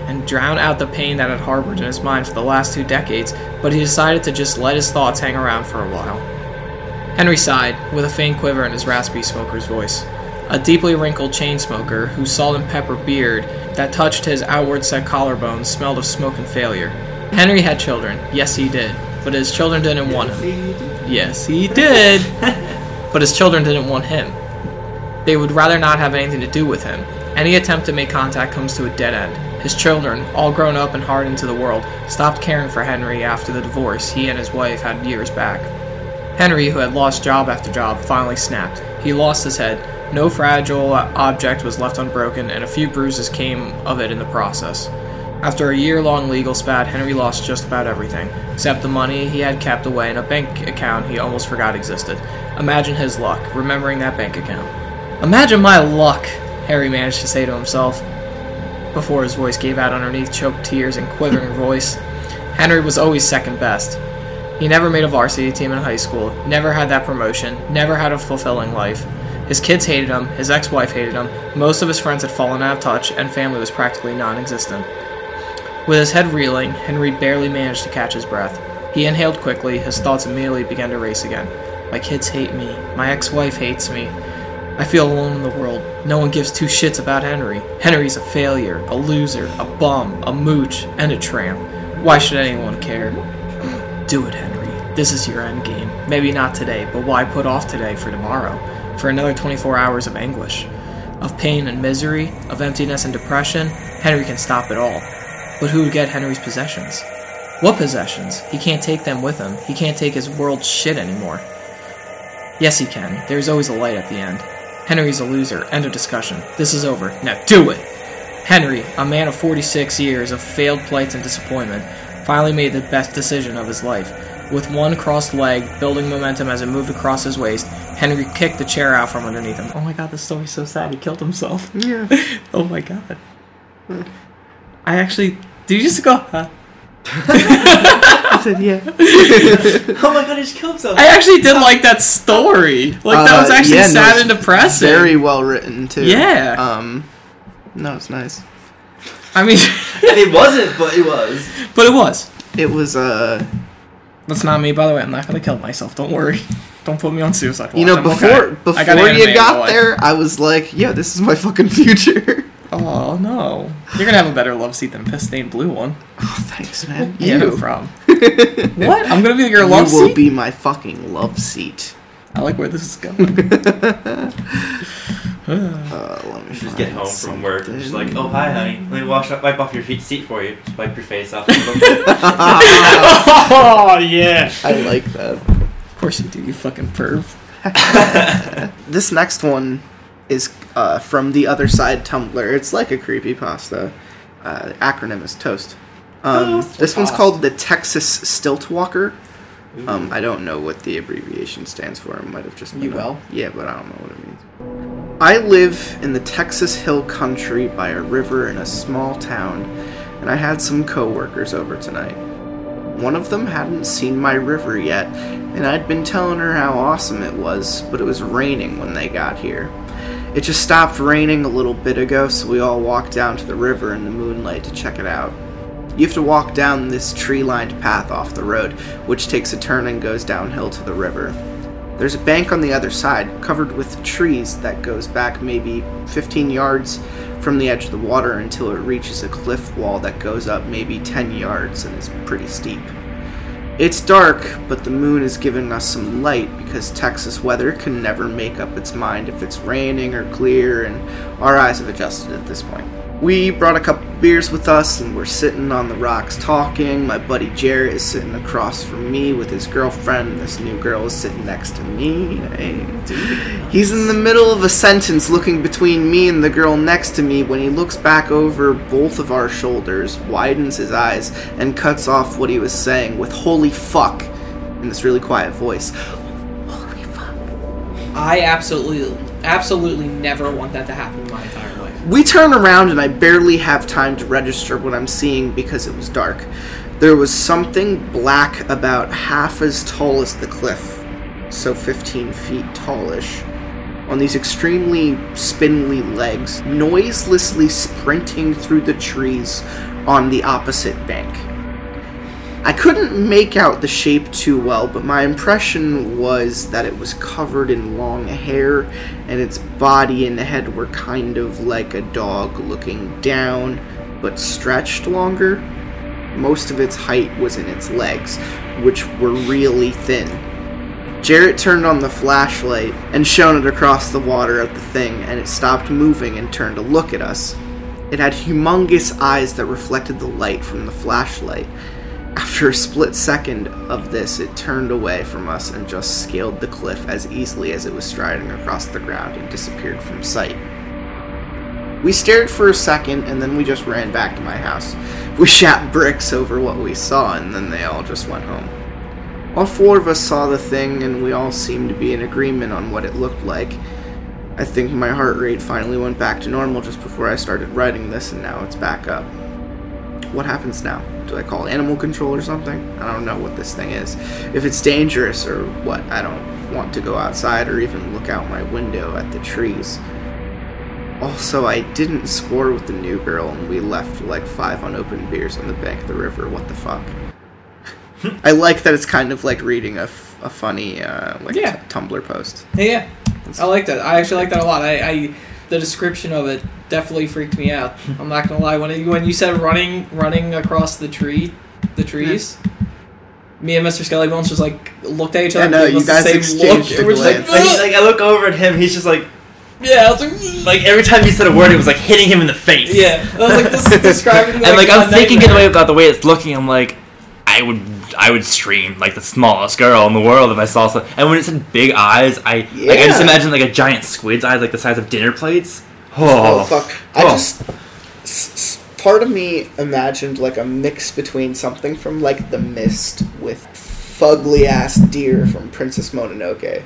[SPEAKER 4] and drown out the pain that had harbored in his mind for the last two decades, but he decided to just let his thoughts hang around for a while. Henry sighed, with a faint quiver in his raspy smoker's voice. A deeply wrinkled chain smoker whose salt and pepper beard that touched his outward set collarbone smelled of smoke and failure. Henry had children, yes he did, but his children didn't want him. Yes, he did. but his children didn't want him. They would rather not have anything to do with him. Any attempt to make contact comes to a dead end. His children, all grown up and hardened to the world, stopped caring for Henry after the divorce he and his wife had years back. Henry, who had lost job after job, finally snapped. He lost his head. No fragile object was left unbroken, and a few bruises came of it in the process. After a year long legal spat, Henry lost just about everything, except the money he had kept away in a bank account he almost forgot existed. Imagine his luck, remembering that bank account. Imagine my luck, Harry managed to say to himself before his voice gave out underneath choked tears and quivering voice. Henry was always second best. He never made a varsity team in high school, never had that promotion, never had a fulfilling life. His kids hated him, his ex wife hated him, most of his friends had fallen out of touch, and family was practically non existent. With his head reeling, Henry barely managed to catch his breath. He inhaled quickly, his thoughts immediately began to race again. My kids hate me, my ex wife hates me. I feel alone in the world. No one gives two shits about Henry. Henry's a failure, a loser, a bum, a mooch, and a tramp. Why should anyone care? Do it, Henry. This is your end game. Maybe not today, but why put off today for tomorrow? For another 24 hours of anguish, of pain and misery, of emptiness and depression? Henry can stop it all. But who would get Henry's possessions? What possessions? He can't take them with him. He can't take his world shit anymore. Yes, he can. There's always a light at the end. Henry's a loser. End of discussion. This is over. Now do it! Henry, a man of 46 years of failed plights and disappointment, finally made the best decision of his life. With one crossed leg, building momentum as it moved across his waist, Henry kicked the chair out from underneath him. Oh my god, this story's so sad. He killed himself.
[SPEAKER 2] Yeah.
[SPEAKER 4] oh my god. I actually. Did you just go, huh?
[SPEAKER 2] I said yeah.
[SPEAKER 3] Oh my god, he just killed himself.
[SPEAKER 4] I actually did like that story. Like that was
[SPEAKER 2] Uh,
[SPEAKER 4] actually
[SPEAKER 2] yeah, no,
[SPEAKER 4] sad
[SPEAKER 2] it's
[SPEAKER 4] and depressing.
[SPEAKER 2] Very well written too.
[SPEAKER 4] Yeah.
[SPEAKER 2] Um, no, it's nice.
[SPEAKER 4] I mean,
[SPEAKER 3] and it wasn't, but it was.
[SPEAKER 4] but it was.
[SPEAKER 2] It was uh,
[SPEAKER 4] That's not me, by the way. I'm not gonna kill myself. Don't worry. Don't put me on suicide watch.
[SPEAKER 2] you know
[SPEAKER 4] I'm
[SPEAKER 2] before
[SPEAKER 4] okay.
[SPEAKER 2] before
[SPEAKER 4] I got anime in
[SPEAKER 2] you
[SPEAKER 4] my
[SPEAKER 2] got
[SPEAKER 4] life.
[SPEAKER 2] there, I was like, yeah, this is my fucking future.
[SPEAKER 4] Oh no, you're gonna have a better love seat than piss stained blue one.
[SPEAKER 2] oh, thanks, man.
[SPEAKER 4] Yeah, no
[SPEAKER 2] you.
[SPEAKER 4] problem. what? I'm gonna be your
[SPEAKER 2] you
[SPEAKER 4] love
[SPEAKER 2] will
[SPEAKER 4] seat.
[SPEAKER 2] be my fucking love seat.
[SPEAKER 4] I like where this is going.
[SPEAKER 2] Uh, let me
[SPEAKER 3] Just
[SPEAKER 2] find
[SPEAKER 3] get home from work and just like, oh hi honey, let me wash up, wipe off your feet, seat for you, just wipe your face off.
[SPEAKER 2] Ah,
[SPEAKER 4] oh yeah.
[SPEAKER 2] I like that.
[SPEAKER 4] Of course you do. You fucking perv.
[SPEAKER 2] This next one is uh, from the other side Tumblr. It's like a creepy pasta. Uh, the acronym is Toast. Um,
[SPEAKER 4] Toast.
[SPEAKER 2] this one's
[SPEAKER 4] Oh, Toast.
[SPEAKER 2] called the Texas Stilt Walker. Um, I don't know what the abbreviation stands for. It might have just been
[SPEAKER 4] You
[SPEAKER 2] a-
[SPEAKER 4] will?
[SPEAKER 2] Yeah, but I don't know what it means. I live in the Texas Hill Country by a river in a small town, and I had some coworkers over tonight. One of them hadn't seen my river yet, and I'd been telling her how awesome it was, but it was raining when they got here. It just stopped raining a little bit ago, so we all walked down to the river in the moonlight to check it out. You have to walk down this tree lined path off the road, which takes a turn and goes downhill to the river. There's a bank on the other side, covered with trees, that goes back maybe 15 yards from the edge of the water until it reaches a cliff wall that goes up maybe 10 yards and is pretty steep. It's dark, but the moon is giving us some light because Texas weather can never make up its mind if it's raining or clear, and our eyes have adjusted at this point. We brought a couple beers with us and we're sitting on the rocks talking. My buddy Jared is sitting across from me with his girlfriend. This new girl is sitting next to me. Hey. He's in the middle of a sentence looking between me and the girl next to me when he looks back over both of our shoulders, widens his eyes, and cuts off what he was saying with holy fuck in this really quiet voice. Holy fuck.
[SPEAKER 4] I absolutely, absolutely never want that to happen in my entire life.
[SPEAKER 2] We turn around and I barely have time to register what I'm seeing because it was dark. There was something black about half as tall as the cliff, so 15 feet tallish, on these extremely spindly legs, noiselessly sprinting through the trees on the opposite bank. I couldn't make out the shape too well, but my impression was that it was covered in long hair, and its body and head were kind of like a dog looking down, but stretched longer. Most of its height was in its legs, which were really thin. Jarrett turned on the flashlight and shone it across the water at the thing, and it stopped moving and turned to look at us. It had humongous eyes that reflected the light from the flashlight. After a split second of this, it turned away from us and just scaled the cliff as easily as it was striding across the ground and disappeared from sight. We stared for a second and then we just ran back to my house. We shot bricks over what we saw and then they all just went home. All four of us saw the thing and we all seemed to be in agreement on what it looked like. I think my heart rate finally went back to normal just before I started writing this and now it's back up. What happens now? Do I call animal control or something? I don't know what this thing is. If it's dangerous or what, I don't want to go outside or even look out my window at the trees. Also, I didn't score with the new girl, and we left like five unopened beers on the bank of the river. What the fuck? I like that it's kind of like reading a, f- a funny uh, like
[SPEAKER 4] Yeah.
[SPEAKER 2] t- Tumblr post.
[SPEAKER 4] Yeah, yeah. I like that. I actually like that a lot. I, I the description of it definitely freaked me out. I'm not gonna lie. When it, when you said running running across the tree, the trees. Me and Mr. Skelly Bones just like looked at each other.
[SPEAKER 2] Yeah, no,
[SPEAKER 4] gave
[SPEAKER 2] you
[SPEAKER 4] us the
[SPEAKER 2] guys
[SPEAKER 4] same
[SPEAKER 2] exchanged a
[SPEAKER 4] look, and we're just like,
[SPEAKER 2] glance.
[SPEAKER 3] Like, he- like, I look over at him, he's just like,
[SPEAKER 4] yeah, I was like,
[SPEAKER 3] like every time he said a word, it was like hitting him in the face.
[SPEAKER 4] yeah. I was like, this is describing.
[SPEAKER 3] and like I'm
[SPEAKER 4] a
[SPEAKER 3] thinking
[SPEAKER 4] nightmare.
[SPEAKER 3] about the way it's looking, I'm like, I would, I would scream like the smallest girl in the world if I saw something. And when it said big eyes, I like I just
[SPEAKER 2] Yeah.
[SPEAKER 3] imagine like a giant squid's eyes, like the size of dinner plates. Oh,
[SPEAKER 2] Oh fuck! I
[SPEAKER 3] Oh.
[SPEAKER 2] just s- s- part of me imagined like a mix between something from like The Mist with fugly ass deer from Princess Mononoke.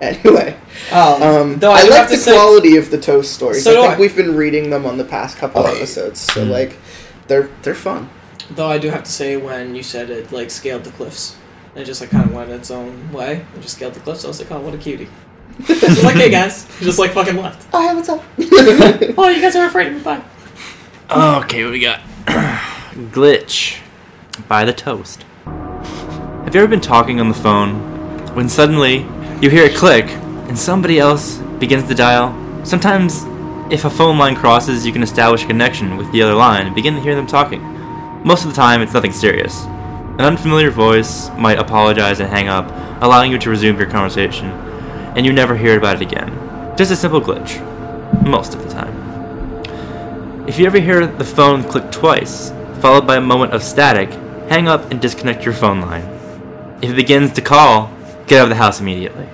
[SPEAKER 2] anyway,
[SPEAKER 4] Um,
[SPEAKER 2] um,
[SPEAKER 4] though
[SPEAKER 2] I
[SPEAKER 4] do
[SPEAKER 2] like
[SPEAKER 4] have to
[SPEAKER 2] the
[SPEAKER 4] say-
[SPEAKER 2] quality of the toast stories.
[SPEAKER 4] So
[SPEAKER 2] I
[SPEAKER 4] do
[SPEAKER 2] think
[SPEAKER 4] I.
[SPEAKER 2] we've been reading them on the past couple episodes, so like they're they're fun.
[SPEAKER 4] Though I do have to say, when you said it, like scaled the cliffs, it just like kind of went its own way. It just scaled the cliffs. I was like, oh, what a cutie. just like, hey guys, just like fucking left.
[SPEAKER 2] Oh, hey, what's up?
[SPEAKER 4] Oh, you guys are afraid of me. Bye.
[SPEAKER 3] Okay, what we got? Glitch by the toast. Have you ever been talking on the phone when suddenly you hear a click and somebody else begins to dial? Sometimes, if a phone line crosses, you can establish a connection with the other line and begin to hear them talking. Most of the time, it's nothing serious. An unfamiliar voice might apologize and hang up, allowing you to resume your conversation, and you never hear about it again. Just a simple glitch. Most of the time. If you ever hear the phone click twice, followed by a moment of static, hang up and disconnect your phone line. If it begins to call, get out of the house immediately.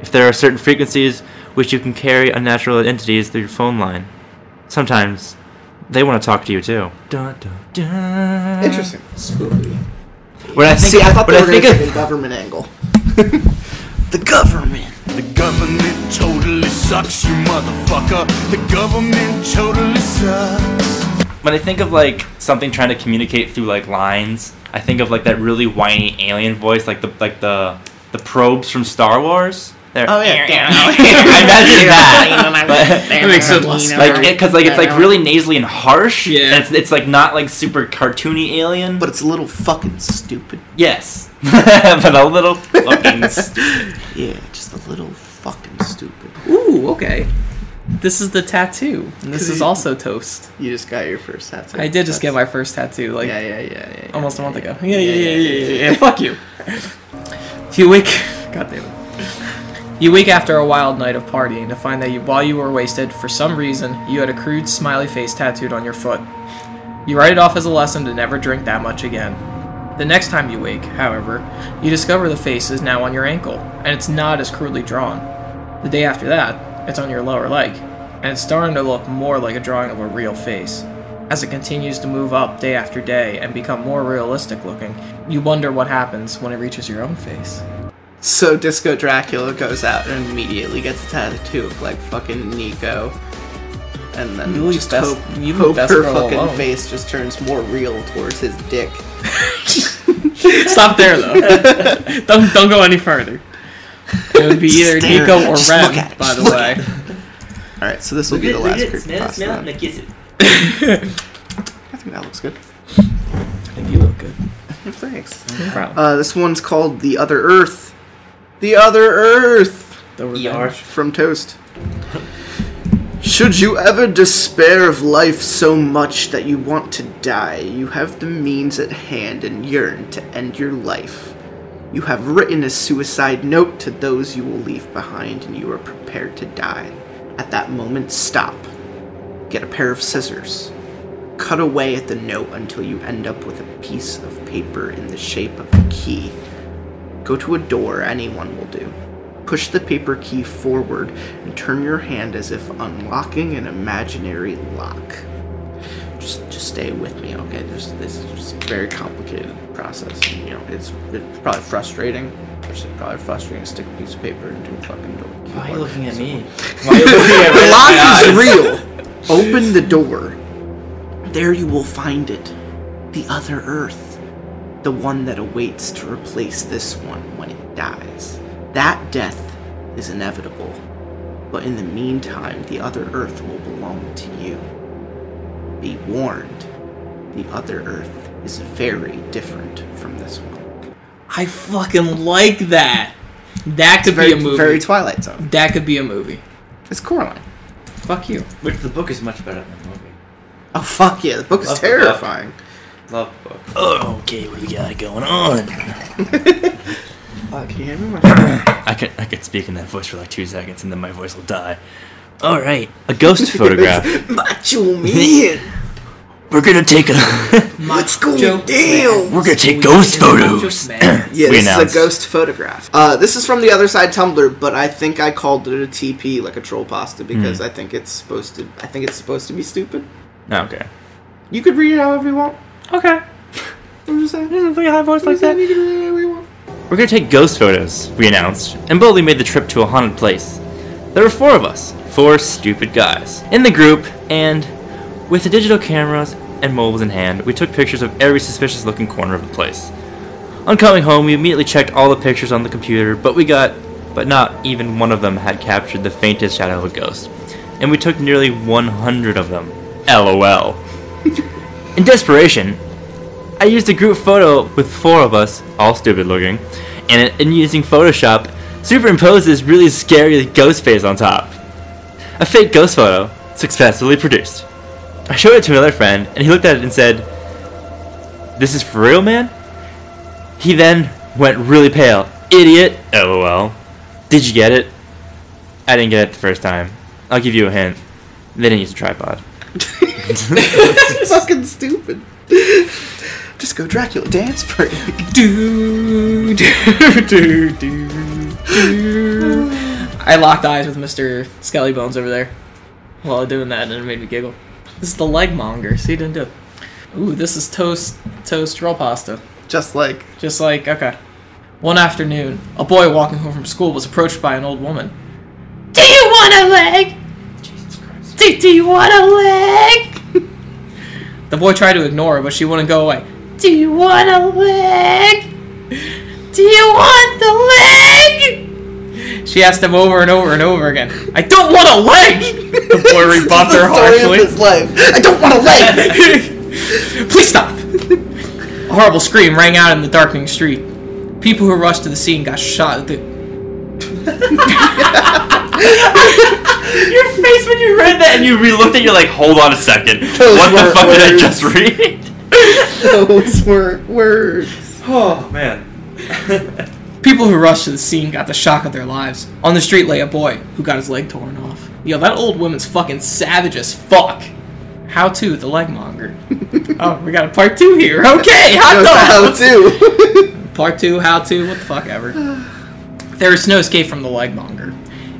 [SPEAKER 3] If there are certain frequencies which you can carry unnatural entities through your phone line, sometimes they want to talk to you too. Dun, dun, dun.
[SPEAKER 2] Mm. Interesting.
[SPEAKER 4] Spooky.
[SPEAKER 3] When I think,
[SPEAKER 2] See, I thought
[SPEAKER 3] when
[SPEAKER 2] they
[SPEAKER 3] I
[SPEAKER 2] were going
[SPEAKER 3] think
[SPEAKER 2] to
[SPEAKER 3] of
[SPEAKER 2] take a government angle. the government.
[SPEAKER 1] The government totally sucks, you motherfucker. The government totally sucks.
[SPEAKER 3] when I think of like something trying to communicate through like lines, I think of like that really whiny alien voice, like the like the the probes from Star Wars. They're-
[SPEAKER 2] Oh, yeah.
[SPEAKER 3] I imagine that. But-
[SPEAKER 4] That makes sense.
[SPEAKER 3] like because like it's like really nasally and harsh.
[SPEAKER 4] Yeah.
[SPEAKER 3] and it's, it's like not like super cartoony alien.
[SPEAKER 2] But it's a little fucking stupid.
[SPEAKER 3] yes, but a little fucking stupid.
[SPEAKER 2] Yeah, just a little fucking stupid.
[SPEAKER 4] Ooh, okay. This is the tattoo. And this is also toast.
[SPEAKER 2] You just got your first tattoo.
[SPEAKER 4] I did just get
[SPEAKER 2] That's-
[SPEAKER 4] my first tattoo, like
[SPEAKER 2] yeah, yeah, yeah, yeah, yeah.
[SPEAKER 4] almost a month
[SPEAKER 2] yeah,
[SPEAKER 4] ago. Yeah, yeah, yeah, yeah, yeah. yeah. Fuck you. You wake. God damn it. You wake after a wild night of partying to find that you, while you were wasted, for some reason, you had a crude smiley face tattooed on your foot. You write it off as a lesson to never drink that much again. The next time you wake, however, you discover the face is now on your ankle, and it's not as crudely drawn. The day after that, it's on your lower leg, and it's starting to look more like a drawing of a real face. As it continues to move up day after day and become more realistic looking, you wonder what happens when it reaches your own face.
[SPEAKER 2] So Disco Dracula goes out and immediately gets a tattoo of like fucking Nico, and then
[SPEAKER 4] You leave
[SPEAKER 2] just
[SPEAKER 4] best-
[SPEAKER 2] hope,
[SPEAKER 4] you leave
[SPEAKER 2] hope
[SPEAKER 4] best
[SPEAKER 2] her
[SPEAKER 4] girl
[SPEAKER 2] fucking
[SPEAKER 4] alone.
[SPEAKER 2] face just turns more real towards his dick.
[SPEAKER 4] Stop there though. don't don't go any further. It would be
[SPEAKER 2] Just
[SPEAKER 4] either
[SPEAKER 2] stare
[SPEAKER 4] Nico
[SPEAKER 2] at it.
[SPEAKER 4] or
[SPEAKER 2] Just
[SPEAKER 4] Ren,
[SPEAKER 2] look at it.
[SPEAKER 4] by
[SPEAKER 2] Just
[SPEAKER 4] the
[SPEAKER 2] look
[SPEAKER 4] way.
[SPEAKER 2] All right, so this will be the last group.
[SPEAKER 3] kiss it.
[SPEAKER 2] I think that looks good.
[SPEAKER 4] I think you look good.
[SPEAKER 2] Thanks.
[SPEAKER 4] No problem.
[SPEAKER 2] Uh, this one's called The Other Earth. The Other Earth.
[SPEAKER 4] Though
[SPEAKER 2] E
[SPEAKER 3] ER.
[SPEAKER 4] we're back.
[SPEAKER 2] from Toast. Should you ever despair of life so much that you want to die, you have the means at hand and yearn to end your life. You have written a suicide note to those you will leave behind, and you are prepared to die. At that moment, stop. Get a pair of scissors. Cut away at the note until you end up with a piece of paper in the shape of a key. Go to a door, anyone will do. Push the paper key forward and turn your hand as if unlocking an imaginary lock. Just, just stay with me, okay? There's, this is just a very complicated process. And, you know, it's, it's probably frustrating. It's probably frustrating to stick a piece of paper into a fucking door.
[SPEAKER 5] Why are you
[SPEAKER 2] keyboard.
[SPEAKER 5] looking at me? Why are you looking at me?
[SPEAKER 2] The lock
[SPEAKER 3] uh,
[SPEAKER 2] is real. Open the door. There you will find it. The other Earth. The one that awaits to replace this one when it dies. That death is inevitable. But in the meantime, the other Earth will belong to you. Be warned. The other Earth is very different from this one.
[SPEAKER 4] I fucking like that. That could
[SPEAKER 2] Very,
[SPEAKER 4] be a movie.
[SPEAKER 2] very Twilight Zone.
[SPEAKER 4] that could be a movie.
[SPEAKER 2] It's Coraline.
[SPEAKER 4] Fuck you.
[SPEAKER 5] Which the book is much better than the movie.
[SPEAKER 2] Oh fuck yeah! The book is
[SPEAKER 5] Love the book.
[SPEAKER 2] terrifying.
[SPEAKER 5] Love the book.
[SPEAKER 3] Oh, okay, what do we got going on?
[SPEAKER 2] Uh, can you hear me? My-
[SPEAKER 3] I could I could speak in that voice for like two seconds, and then my voice will die. All right, a ghost photograph.
[SPEAKER 2] Macho man.
[SPEAKER 3] We're gonna take a
[SPEAKER 4] Let's
[SPEAKER 2] go down.
[SPEAKER 3] we're gonna take ghost photos.
[SPEAKER 4] man.
[SPEAKER 2] Yeah,
[SPEAKER 3] We
[SPEAKER 2] this
[SPEAKER 3] announced.
[SPEAKER 2] is a ghost photograph. Uh, this is from the other side Tumblr, but I think I called it a TP, like a troll pasta, because
[SPEAKER 3] Hmm.
[SPEAKER 2] I think it's supposed to. I think it's supposed to be stupid.
[SPEAKER 3] Oh, Okay.
[SPEAKER 2] You could read it however you want.
[SPEAKER 3] Okay.
[SPEAKER 2] I'm just saying. I'm
[SPEAKER 3] Look at that voice like
[SPEAKER 2] just saying
[SPEAKER 3] that.
[SPEAKER 2] you can read it however you want.
[SPEAKER 3] We're gonna take ghost photos, we announced, and boldly made the trip to a haunted place. There were four of us, four stupid guys, in the group, and with the digital cameras and mobiles in hand, we took pictures of every suspicious looking corner of the place. On coming home, we immediately checked all the pictures on the computer, but we got, but not even one of them had captured the faintest shadow of a ghost. And we took nearly 100 of them. LOL. in desperation, I used a group photo with four of us, all stupid looking, and in using Photoshop, superimposed this really scary ghost face on top. A fake ghost photo, successfully produced. I showed it to another friend, and he looked at it and said, This is for real, man? He then went really pale. Idiot, lol. Did you get it? I didn't get it the first time. I'll give you a hint. They didn't use a tripod.
[SPEAKER 2] It's fucking stupid. just go Dracula dance break.
[SPEAKER 4] Do, do, do, do, do. I locked eyes with Mr. Skelly Bones over there while doing that, and it made me giggle. This is the leg monger. See, didn't do it. Ooh, this is toast, toast roll pasta.
[SPEAKER 2] Just like
[SPEAKER 4] Just like, okay. One afternoon, a boy walking home from school was approached by an old woman. Do you want a leg? Do, do you want a leg? the boy tried to ignore her, but she wouldn't go away. Do you want a leg? Do you want the leg? She asked him over and over and over again. I don't want a leg! The boy rebuffed her
[SPEAKER 2] the story of
[SPEAKER 4] harshly.
[SPEAKER 2] his life. I don't want to leg.
[SPEAKER 4] Please stop! A horrible scream rang out in the darkening street. People who rushed to the scene got shot. At the...
[SPEAKER 3] Your face when you read that and you re-looked at it, you're like, hold on a second.
[SPEAKER 2] Those
[SPEAKER 3] what the
[SPEAKER 2] were
[SPEAKER 3] fuck did I
[SPEAKER 2] words.
[SPEAKER 3] just read?
[SPEAKER 2] Those were words.
[SPEAKER 5] Oh man.
[SPEAKER 4] People who rushed to the scene got the shock of their lives. On the street lay a boy who got his leg torn off. Yo, that old woman's fucking savage as fuck. How to the legmonger. oh, we got a part two here. Okay, hot
[SPEAKER 2] Knows how
[SPEAKER 4] dog.
[SPEAKER 2] to.
[SPEAKER 4] Part two, how to, what the fuck ever. there is no escape from the legmonger.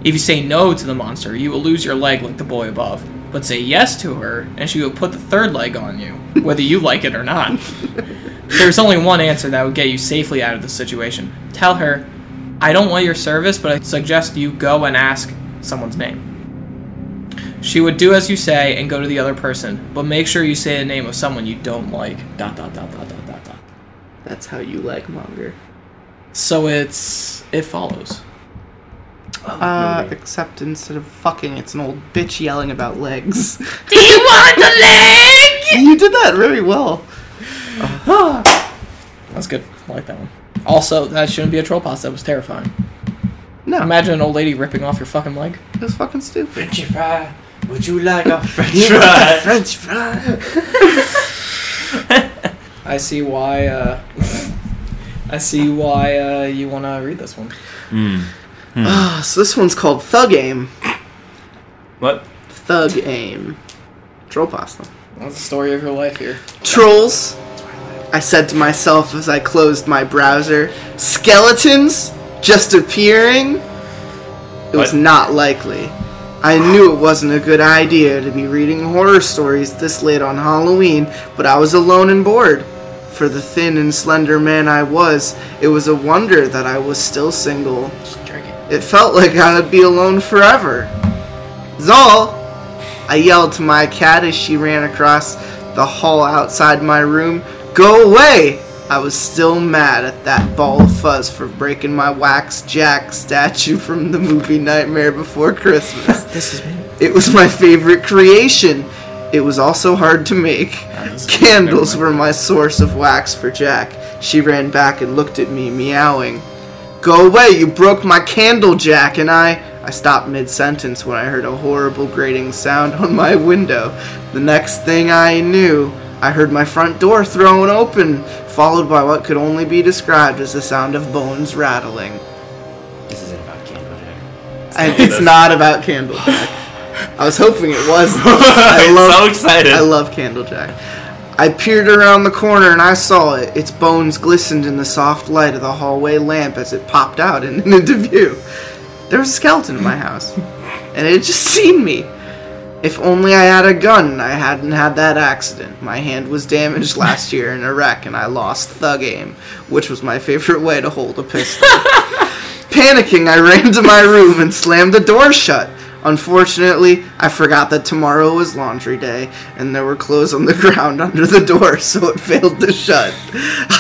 [SPEAKER 4] If you say no to the monster, you will lose your leg like the boy above. But say yes to her, and she will put the third leg on you, whether you like it or not. There's only one answer that would get you safely out of the situation. Tell her, I don't want your service, but I suggest you go and ask someone's name. She would do as you say and go to the other person, but make sure you say the name of someone you don't like. Dot dot dot dot dot dot dot.
[SPEAKER 2] That's how you leg monger.
[SPEAKER 4] So it's it follows.
[SPEAKER 2] Uh, except instead of fucking, it's an old bitch yelling about legs.
[SPEAKER 4] Do you want the leg?
[SPEAKER 2] you did that very well. Uh-huh.
[SPEAKER 4] That's good. I like that one. Also, that shouldn't be a troll pasta. That was terrifying.
[SPEAKER 2] No,
[SPEAKER 4] Imagine an old lady ripping off your fucking leg.
[SPEAKER 2] it was fucking stupid.
[SPEAKER 5] French fry. Would you like a French
[SPEAKER 3] Try.
[SPEAKER 2] French fry.
[SPEAKER 4] I see why uh, I see why uh, you want to read this one.
[SPEAKER 2] Ah, so this one's called Thug Aim.
[SPEAKER 3] What?
[SPEAKER 2] Thug Aim. Troll pasta.
[SPEAKER 4] That's the story of your life here.
[SPEAKER 2] Trolls, I said to myself as I closed my browser. Skeletons just appearing? It was
[SPEAKER 3] What?
[SPEAKER 2] not likely. I knew it wasn't a good idea to be reading horror stories this late on Halloween, but I was alone and bored. For the thin and slender man I was, it was a wonder that I was still single. It felt like I would be alone forever. Zol! I yelled to my cat as she ran across the hall outside my room. Go away! I was still mad at that ball of fuzz for breaking my wax jack statue from the movie Nightmare Before Christmas.
[SPEAKER 4] This is me.
[SPEAKER 2] It was my favorite creation. It was also hard to make. Candles were my source of wax for Jack. She ran back and looked at me, meowing. Go away, you broke my candle, Jack, and I. I stopped mid sentence when I heard a horrible grating sound on my window. The next thing I knew, I heard my front door thrown open, followed by what could only be described as the sound of bones rattling.
[SPEAKER 3] This isn't about Candle Jack.
[SPEAKER 2] And it's not about Candlejack. I was hoping it was. I
[SPEAKER 3] I'm
[SPEAKER 2] love,
[SPEAKER 3] so excited.
[SPEAKER 2] I love Candlejack. I peered around the corner and I saw it. Its bones glistened in the soft light of the hallway lamp as it popped out and into view. There was a skeleton in my house, and it had just seen me. If only I had a gun and I hadn't had that accident. My hand was damaged last year in a wreck and I lost thug aim, which was my favorite way to hold a pistol. Panicking, I ran to my room and slammed the door shut. Unfortunately, I forgot that tomorrow was laundry day and there were clothes on the ground under the door, so it failed to shut.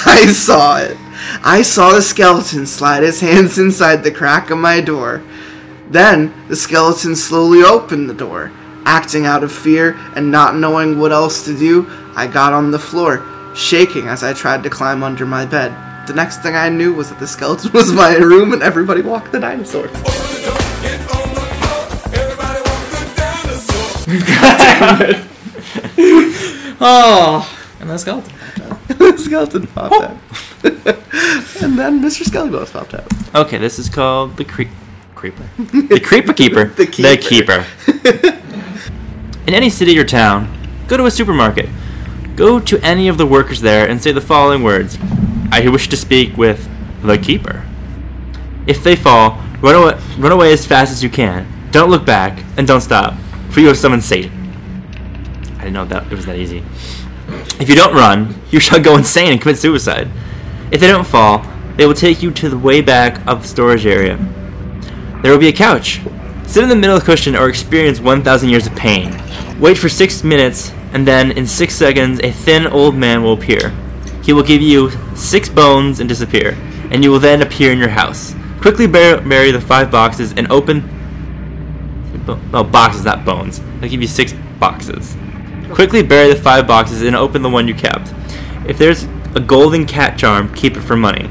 [SPEAKER 2] I saw it. I saw the skeleton slide his hands inside the crack of my door. Then, the skeleton slowly opened the door. Acting out of fear and not knowing what else to do, I got on the floor, shaking as I tried to climb under my bed. The next thing I knew was that the skeleton was in my room and everybody walked the dinosaur.
[SPEAKER 4] Oh, and that's skeleton.
[SPEAKER 2] the skeleton popped out. and then Mr. Skelly Bones popped out.
[SPEAKER 3] Okay, this is called the creep creeper. The creeper keeper.
[SPEAKER 2] The
[SPEAKER 3] keeper. In any city or town, go to a supermarket. Go to any of the workers there and say the following words: "I wish to speak with the keeper." If they fall, run away, run away as fast as you can. Don't look back and don't stop, for you have summoned Satan. I didn't know that it was that easy. If you don't run, you shall go insane and commit suicide. If they don't fall, they will take you to the way back of the storage area. There will be a couch. Sit in the middle cushion or experience 1,000 years of pain. Wait for six minutes, and then in six seconds, a thin old man will appear. He will give you six bones and disappear, and you will then appear in your house. Quickly bur- bury the five boxes and open. bo- No, boxes, not bones. They'll give you six boxes. Quickly bury the five boxes and open the one you kept. If there's a golden cat charm, keep it for money.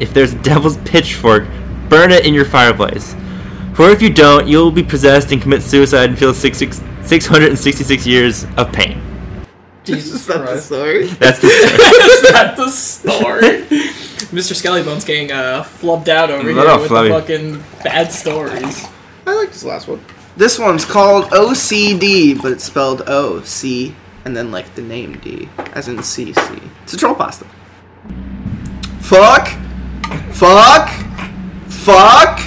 [SPEAKER 3] If there's a devil's pitchfork, burn it in your fireplace. For if you don't, you'll be possessed and commit suicide and feel six, six, 666 years of pain.
[SPEAKER 2] That's
[SPEAKER 4] Jesus
[SPEAKER 2] the story.
[SPEAKER 4] Christ.
[SPEAKER 3] That's the
[SPEAKER 4] That's not the story. Mr. Skellybone's getting uh, flubbed out over
[SPEAKER 3] A
[SPEAKER 4] here
[SPEAKER 3] little
[SPEAKER 4] with
[SPEAKER 3] flubby.
[SPEAKER 4] the fucking bad stories.
[SPEAKER 2] I like this last one. This one's called OCD, but it's spelled O C and then like the name D, as in CC. It's a troll pasta. Fuck! Fuck! Fuck!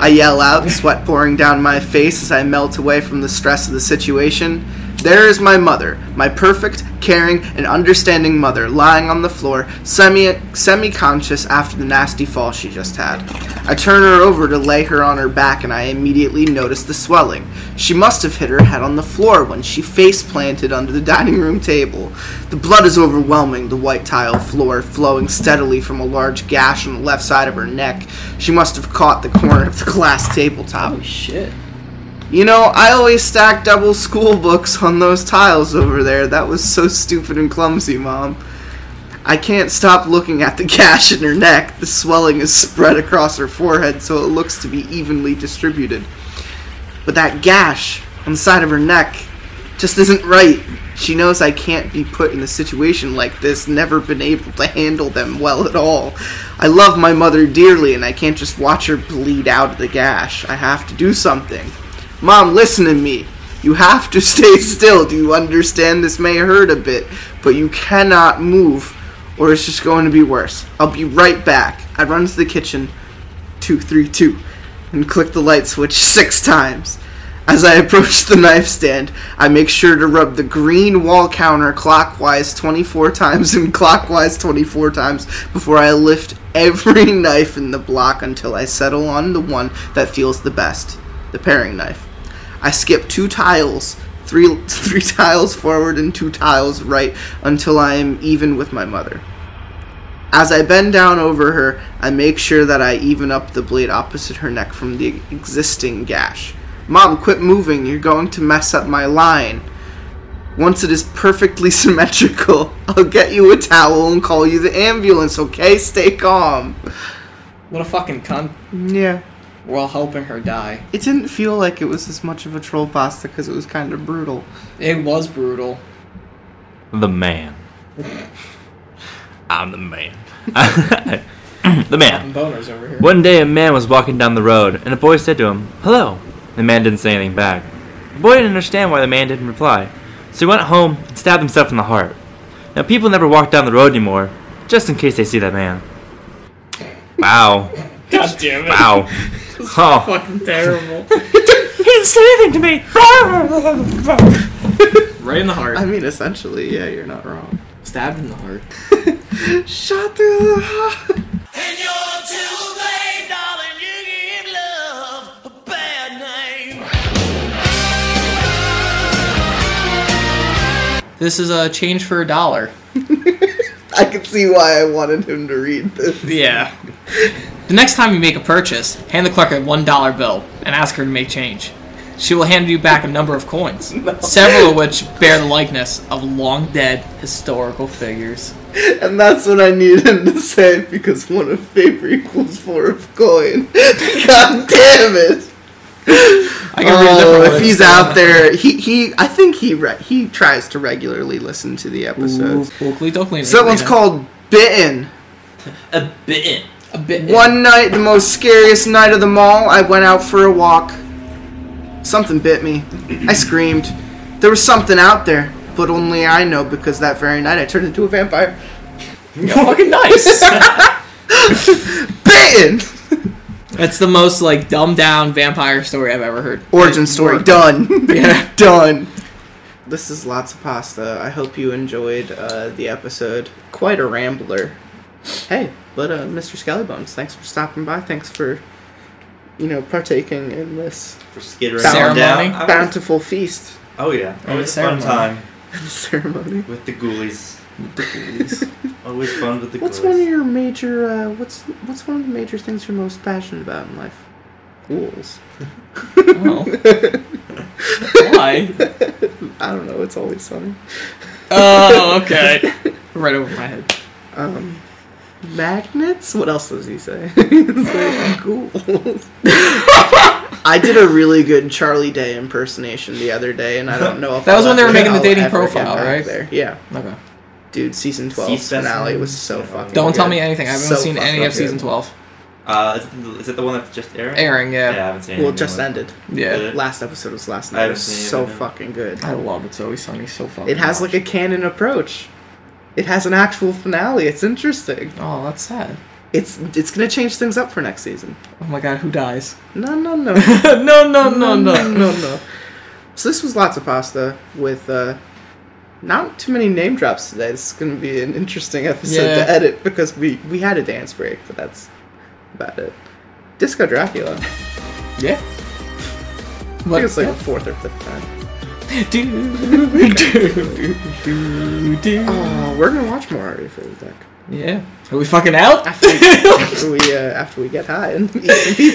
[SPEAKER 2] I yell out, sweat pouring down my face as I melt away from the stress of the situation. There is my mother, my perfect, caring, and understanding mother, lying on the floor, semi semi conscious after the nasty fall she just had. I turn her over to lay her on her back, and I immediately notice the swelling. She must have hit her head on the floor when she face planted under the dining room table. The blood is overwhelming the white tile floor, flowing steadily from a large gash on the left side of her neck. She must have caught the corner of the glass tabletop.
[SPEAKER 4] shit.
[SPEAKER 2] You know, I always stack double school books on those tiles over there. That was so stupid and clumsy, Mom. I can't stop looking at the gash in her neck. The swelling is spread across her forehead so it looks to be evenly distributed. But that gash on the side of her neck, just isn't right. She knows I can't be put in a situation like this, never been able to handle them well at all. I love my mother dearly, and I can't just watch her bleed out of the gash. I have to do something. Mom, listen to me. You have to stay still. Do you understand? This may hurt a bit, but you cannot move, or it's just going to be worse. I'll be right back. I run to the kitchen, two, three, two, and click the light switch six times. As I approach the knife stand, I make sure to rub the green wall counter clockwise 24 times and clockwise 24 times before I lift every knife in the block until I settle on the one that feels the best the paring knife. I skip two tiles, three, three tiles forward and two tiles right until I am even with my mother. As I bend down over her, I make sure that I even up the blade opposite her neck from the existing gash. Mom, quit moving. You're going to mess up my line. Once it is perfectly symmetrical, I'll get you a towel and call you the ambulance, okay? Stay calm.
[SPEAKER 4] What a fucking cunt.
[SPEAKER 2] Yeah.
[SPEAKER 4] While helping her die.
[SPEAKER 2] It didn't feel like it was as much of a troll pasta because it was kind of brutal.
[SPEAKER 4] It was brutal.
[SPEAKER 6] The man. I'm the man. the man.
[SPEAKER 4] Fucking boners over here.
[SPEAKER 6] One day, a man was walking down the road, and a boy said to him, Hello. The man didn't say anything back. The boy didn't understand why the man didn't reply, so he went home and stabbed himself in the heart. Now, people never walk down the road anymore, just in case they see that man. Wow.
[SPEAKER 4] God damn it.
[SPEAKER 6] Wow. Oh.
[SPEAKER 4] Fucking terrible.
[SPEAKER 6] He didn't say anything to me!
[SPEAKER 4] right in the heart.
[SPEAKER 2] I mean, essentially, yeah, you're not wrong.
[SPEAKER 4] Stabbed in the heart.
[SPEAKER 2] Shot through the heart.
[SPEAKER 4] This is a change for a dollar.
[SPEAKER 2] I could see why I wanted him to read this.
[SPEAKER 4] Yeah. The next time you make a purchase, hand the clerk a one dollar bill and ask her to make change. She will hand you back a number of coins, several of which bear the likeness of long dead historical figures.
[SPEAKER 2] And that's what I need him to say because one of favor equals four of coin. God damn it!
[SPEAKER 4] I can read a different
[SPEAKER 2] Oh,
[SPEAKER 4] one.
[SPEAKER 2] if he's out there, he, he I think he re- he tries to regularly listen to the episodes.
[SPEAKER 4] Ooh, Oakley Doakley.
[SPEAKER 2] So that one's called Bitten.
[SPEAKER 3] A bit.
[SPEAKER 4] a bit.
[SPEAKER 2] One night, the most scariest night of them all, I went out for a walk. Something bit me. I screamed. There was something out there, but only I know because that very night I turned into a vampire.
[SPEAKER 4] fucking nice.
[SPEAKER 2] Bitten!
[SPEAKER 4] That's the most like dumbed down vampire story I've ever heard.
[SPEAKER 2] Origin story done.
[SPEAKER 4] Yeah.
[SPEAKER 2] done. This is lots of pasta. I hope you enjoyed uh, the episode. Quite a rambler. Hey, but uh, Mr. Skellybones, thanks for stopping by. Thanks for, you know, partaking in this
[SPEAKER 3] For skittering
[SPEAKER 2] Ceremony?
[SPEAKER 3] down. I was-
[SPEAKER 2] bountiful feast
[SPEAKER 3] Oh yeah, always a fun
[SPEAKER 4] ceremony.
[SPEAKER 3] time
[SPEAKER 2] ceremony.
[SPEAKER 3] with the ghoulies. Always fun with the
[SPEAKER 2] What's
[SPEAKER 3] ghoulies.
[SPEAKER 2] one of your major? Uh, what's what's one of the major things you're most passionate about in life? Ghouls.
[SPEAKER 4] Oh. Why?
[SPEAKER 2] I don't know. It's always funny.
[SPEAKER 4] Oh, okay. Right over my head.
[SPEAKER 2] Um, magnets. What else does he say? It's like, ghouls. I did a really good Charlie Day impersonation the other day, and I don't know if
[SPEAKER 4] That was
[SPEAKER 2] I'll
[SPEAKER 4] when they were
[SPEAKER 2] ever-
[SPEAKER 4] making the
[SPEAKER 2] I'll
[SPEAKER 4] dating
[SPEAKER 2] ever get
[SPEAKER 4] profile,
[SPEAKER 2] back
[SPEAKER 4] right?
[SPEAKER 2] There. Yeah,
[SPEAKER 4] Okay.
[SPEAKER 2] dude, season 12's
[SPEAKER 3] Season-
[SPEAKER 2] finale was so fucking.
[SPEAKER 4] Don't tell
[SPEAKER 2] good.
[SPEAKER 4] me anything. I haven't
[SPEAKER 2] So
[SPEAKER 4] seen any
[SPEAKER 2] fucking
[SPEAKER 4] of season
[SPEAKER 2] good.
[SPEAKER 4] twelve.
[SPEAKER 3] Uh, is, it the- is it the one that's just airing?
[SPEAKER 4] Airing,
[SPEAKER 3] Yeah, I
[SPEAKER 4] yeah.
[SPEAKER 3] haven't seen.
[SPEAKER 2] Well, it
[SPEAKER 3] anything
[SPEAKER 2] just
[SPEAKER 3] with-
[SPEAKER 2] ended.
[SPEAKER 4] Yeah.
[SPEAKER 3] Yeah.
[SPEAKER 2] Last episode was last
[SPEAKER 3] I
[SPEAKER 2] night. It was
[SPEAKER 3] haven't seen it
[SPEAKER 2] so
[SPEAKER 3] either.
[SPEAKER 2] fucking good.
[SPEAKER 4] I love It's Always Sunny. So fucking.
[SPEAKER 2] It has like a canon approach. It has an actual finale. It's interesting.
[SPEAKER 4] Oh, that's sad.
[SPEAKER 2] It's it's gonna change things up for next season.
[SPEAKER 4] Oh my god, who dies?
[SPEAKER 2] No no no
[SPEAKER 4] no, no, no,
[SPEAKER 2] no
[SPEAKER 4] no.
[SPEAKER 2] no. So this was lots of pasta with uh, not too many name drops today. This is gonna be an interesting episode
[SPEAKER 4] Yeah.
[SPEAKER 2] to edit because we we had a dance break, but that's about it. Disco Dracula.
[SPEAKER 4] Yeah.
[SPEAKER 2] I
[SPEAKER 4] What?
[SPEAKER 2] think it's like the fourth or fifth time.
[SPEAKER 4] do, do, do, do, do.
[SPEAKER 2] Oh, we're gonna watch more Ari for the deck.
[SPEAKER 4] Yeah. Are we fucking out?
[SPEAKER 2] After we, after we, uh, after we get high and eat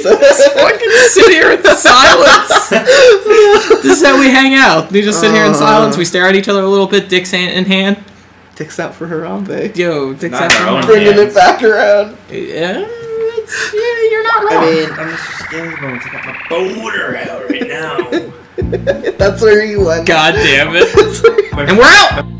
[SPEAKER 2] some pizza.
[SPEAKER 4] fucking sit here in silence. this is how we hang out. We just sit here in silence. We stare at each other a little bit, dicks hand in hand.
[SPEAKER 2] Dicks out for Harambe.
[SPEAKER 4] Yo, dicks
[SPEAKER 3] Not
[SPEAKER 4] out.
[SPEAKER 3] our own.
[SPEAKER 2] Bringing
[SPEAKER 3] hands.
[SPEAKER 2] it back around.
[SPEAKER 4] Yeah, it's
[SPEAKER 3] yeah, you're not
[SPEAKER 2] I mean-
[SPEAKER 3] I'm Mr. Scaly Bones. I got my boner out right now.
[SPEAKER 2] That's where you went.
[SPEAKER 4] God damn it.
[SPEAKER 3] My
[SPEAKER 4] and we're out!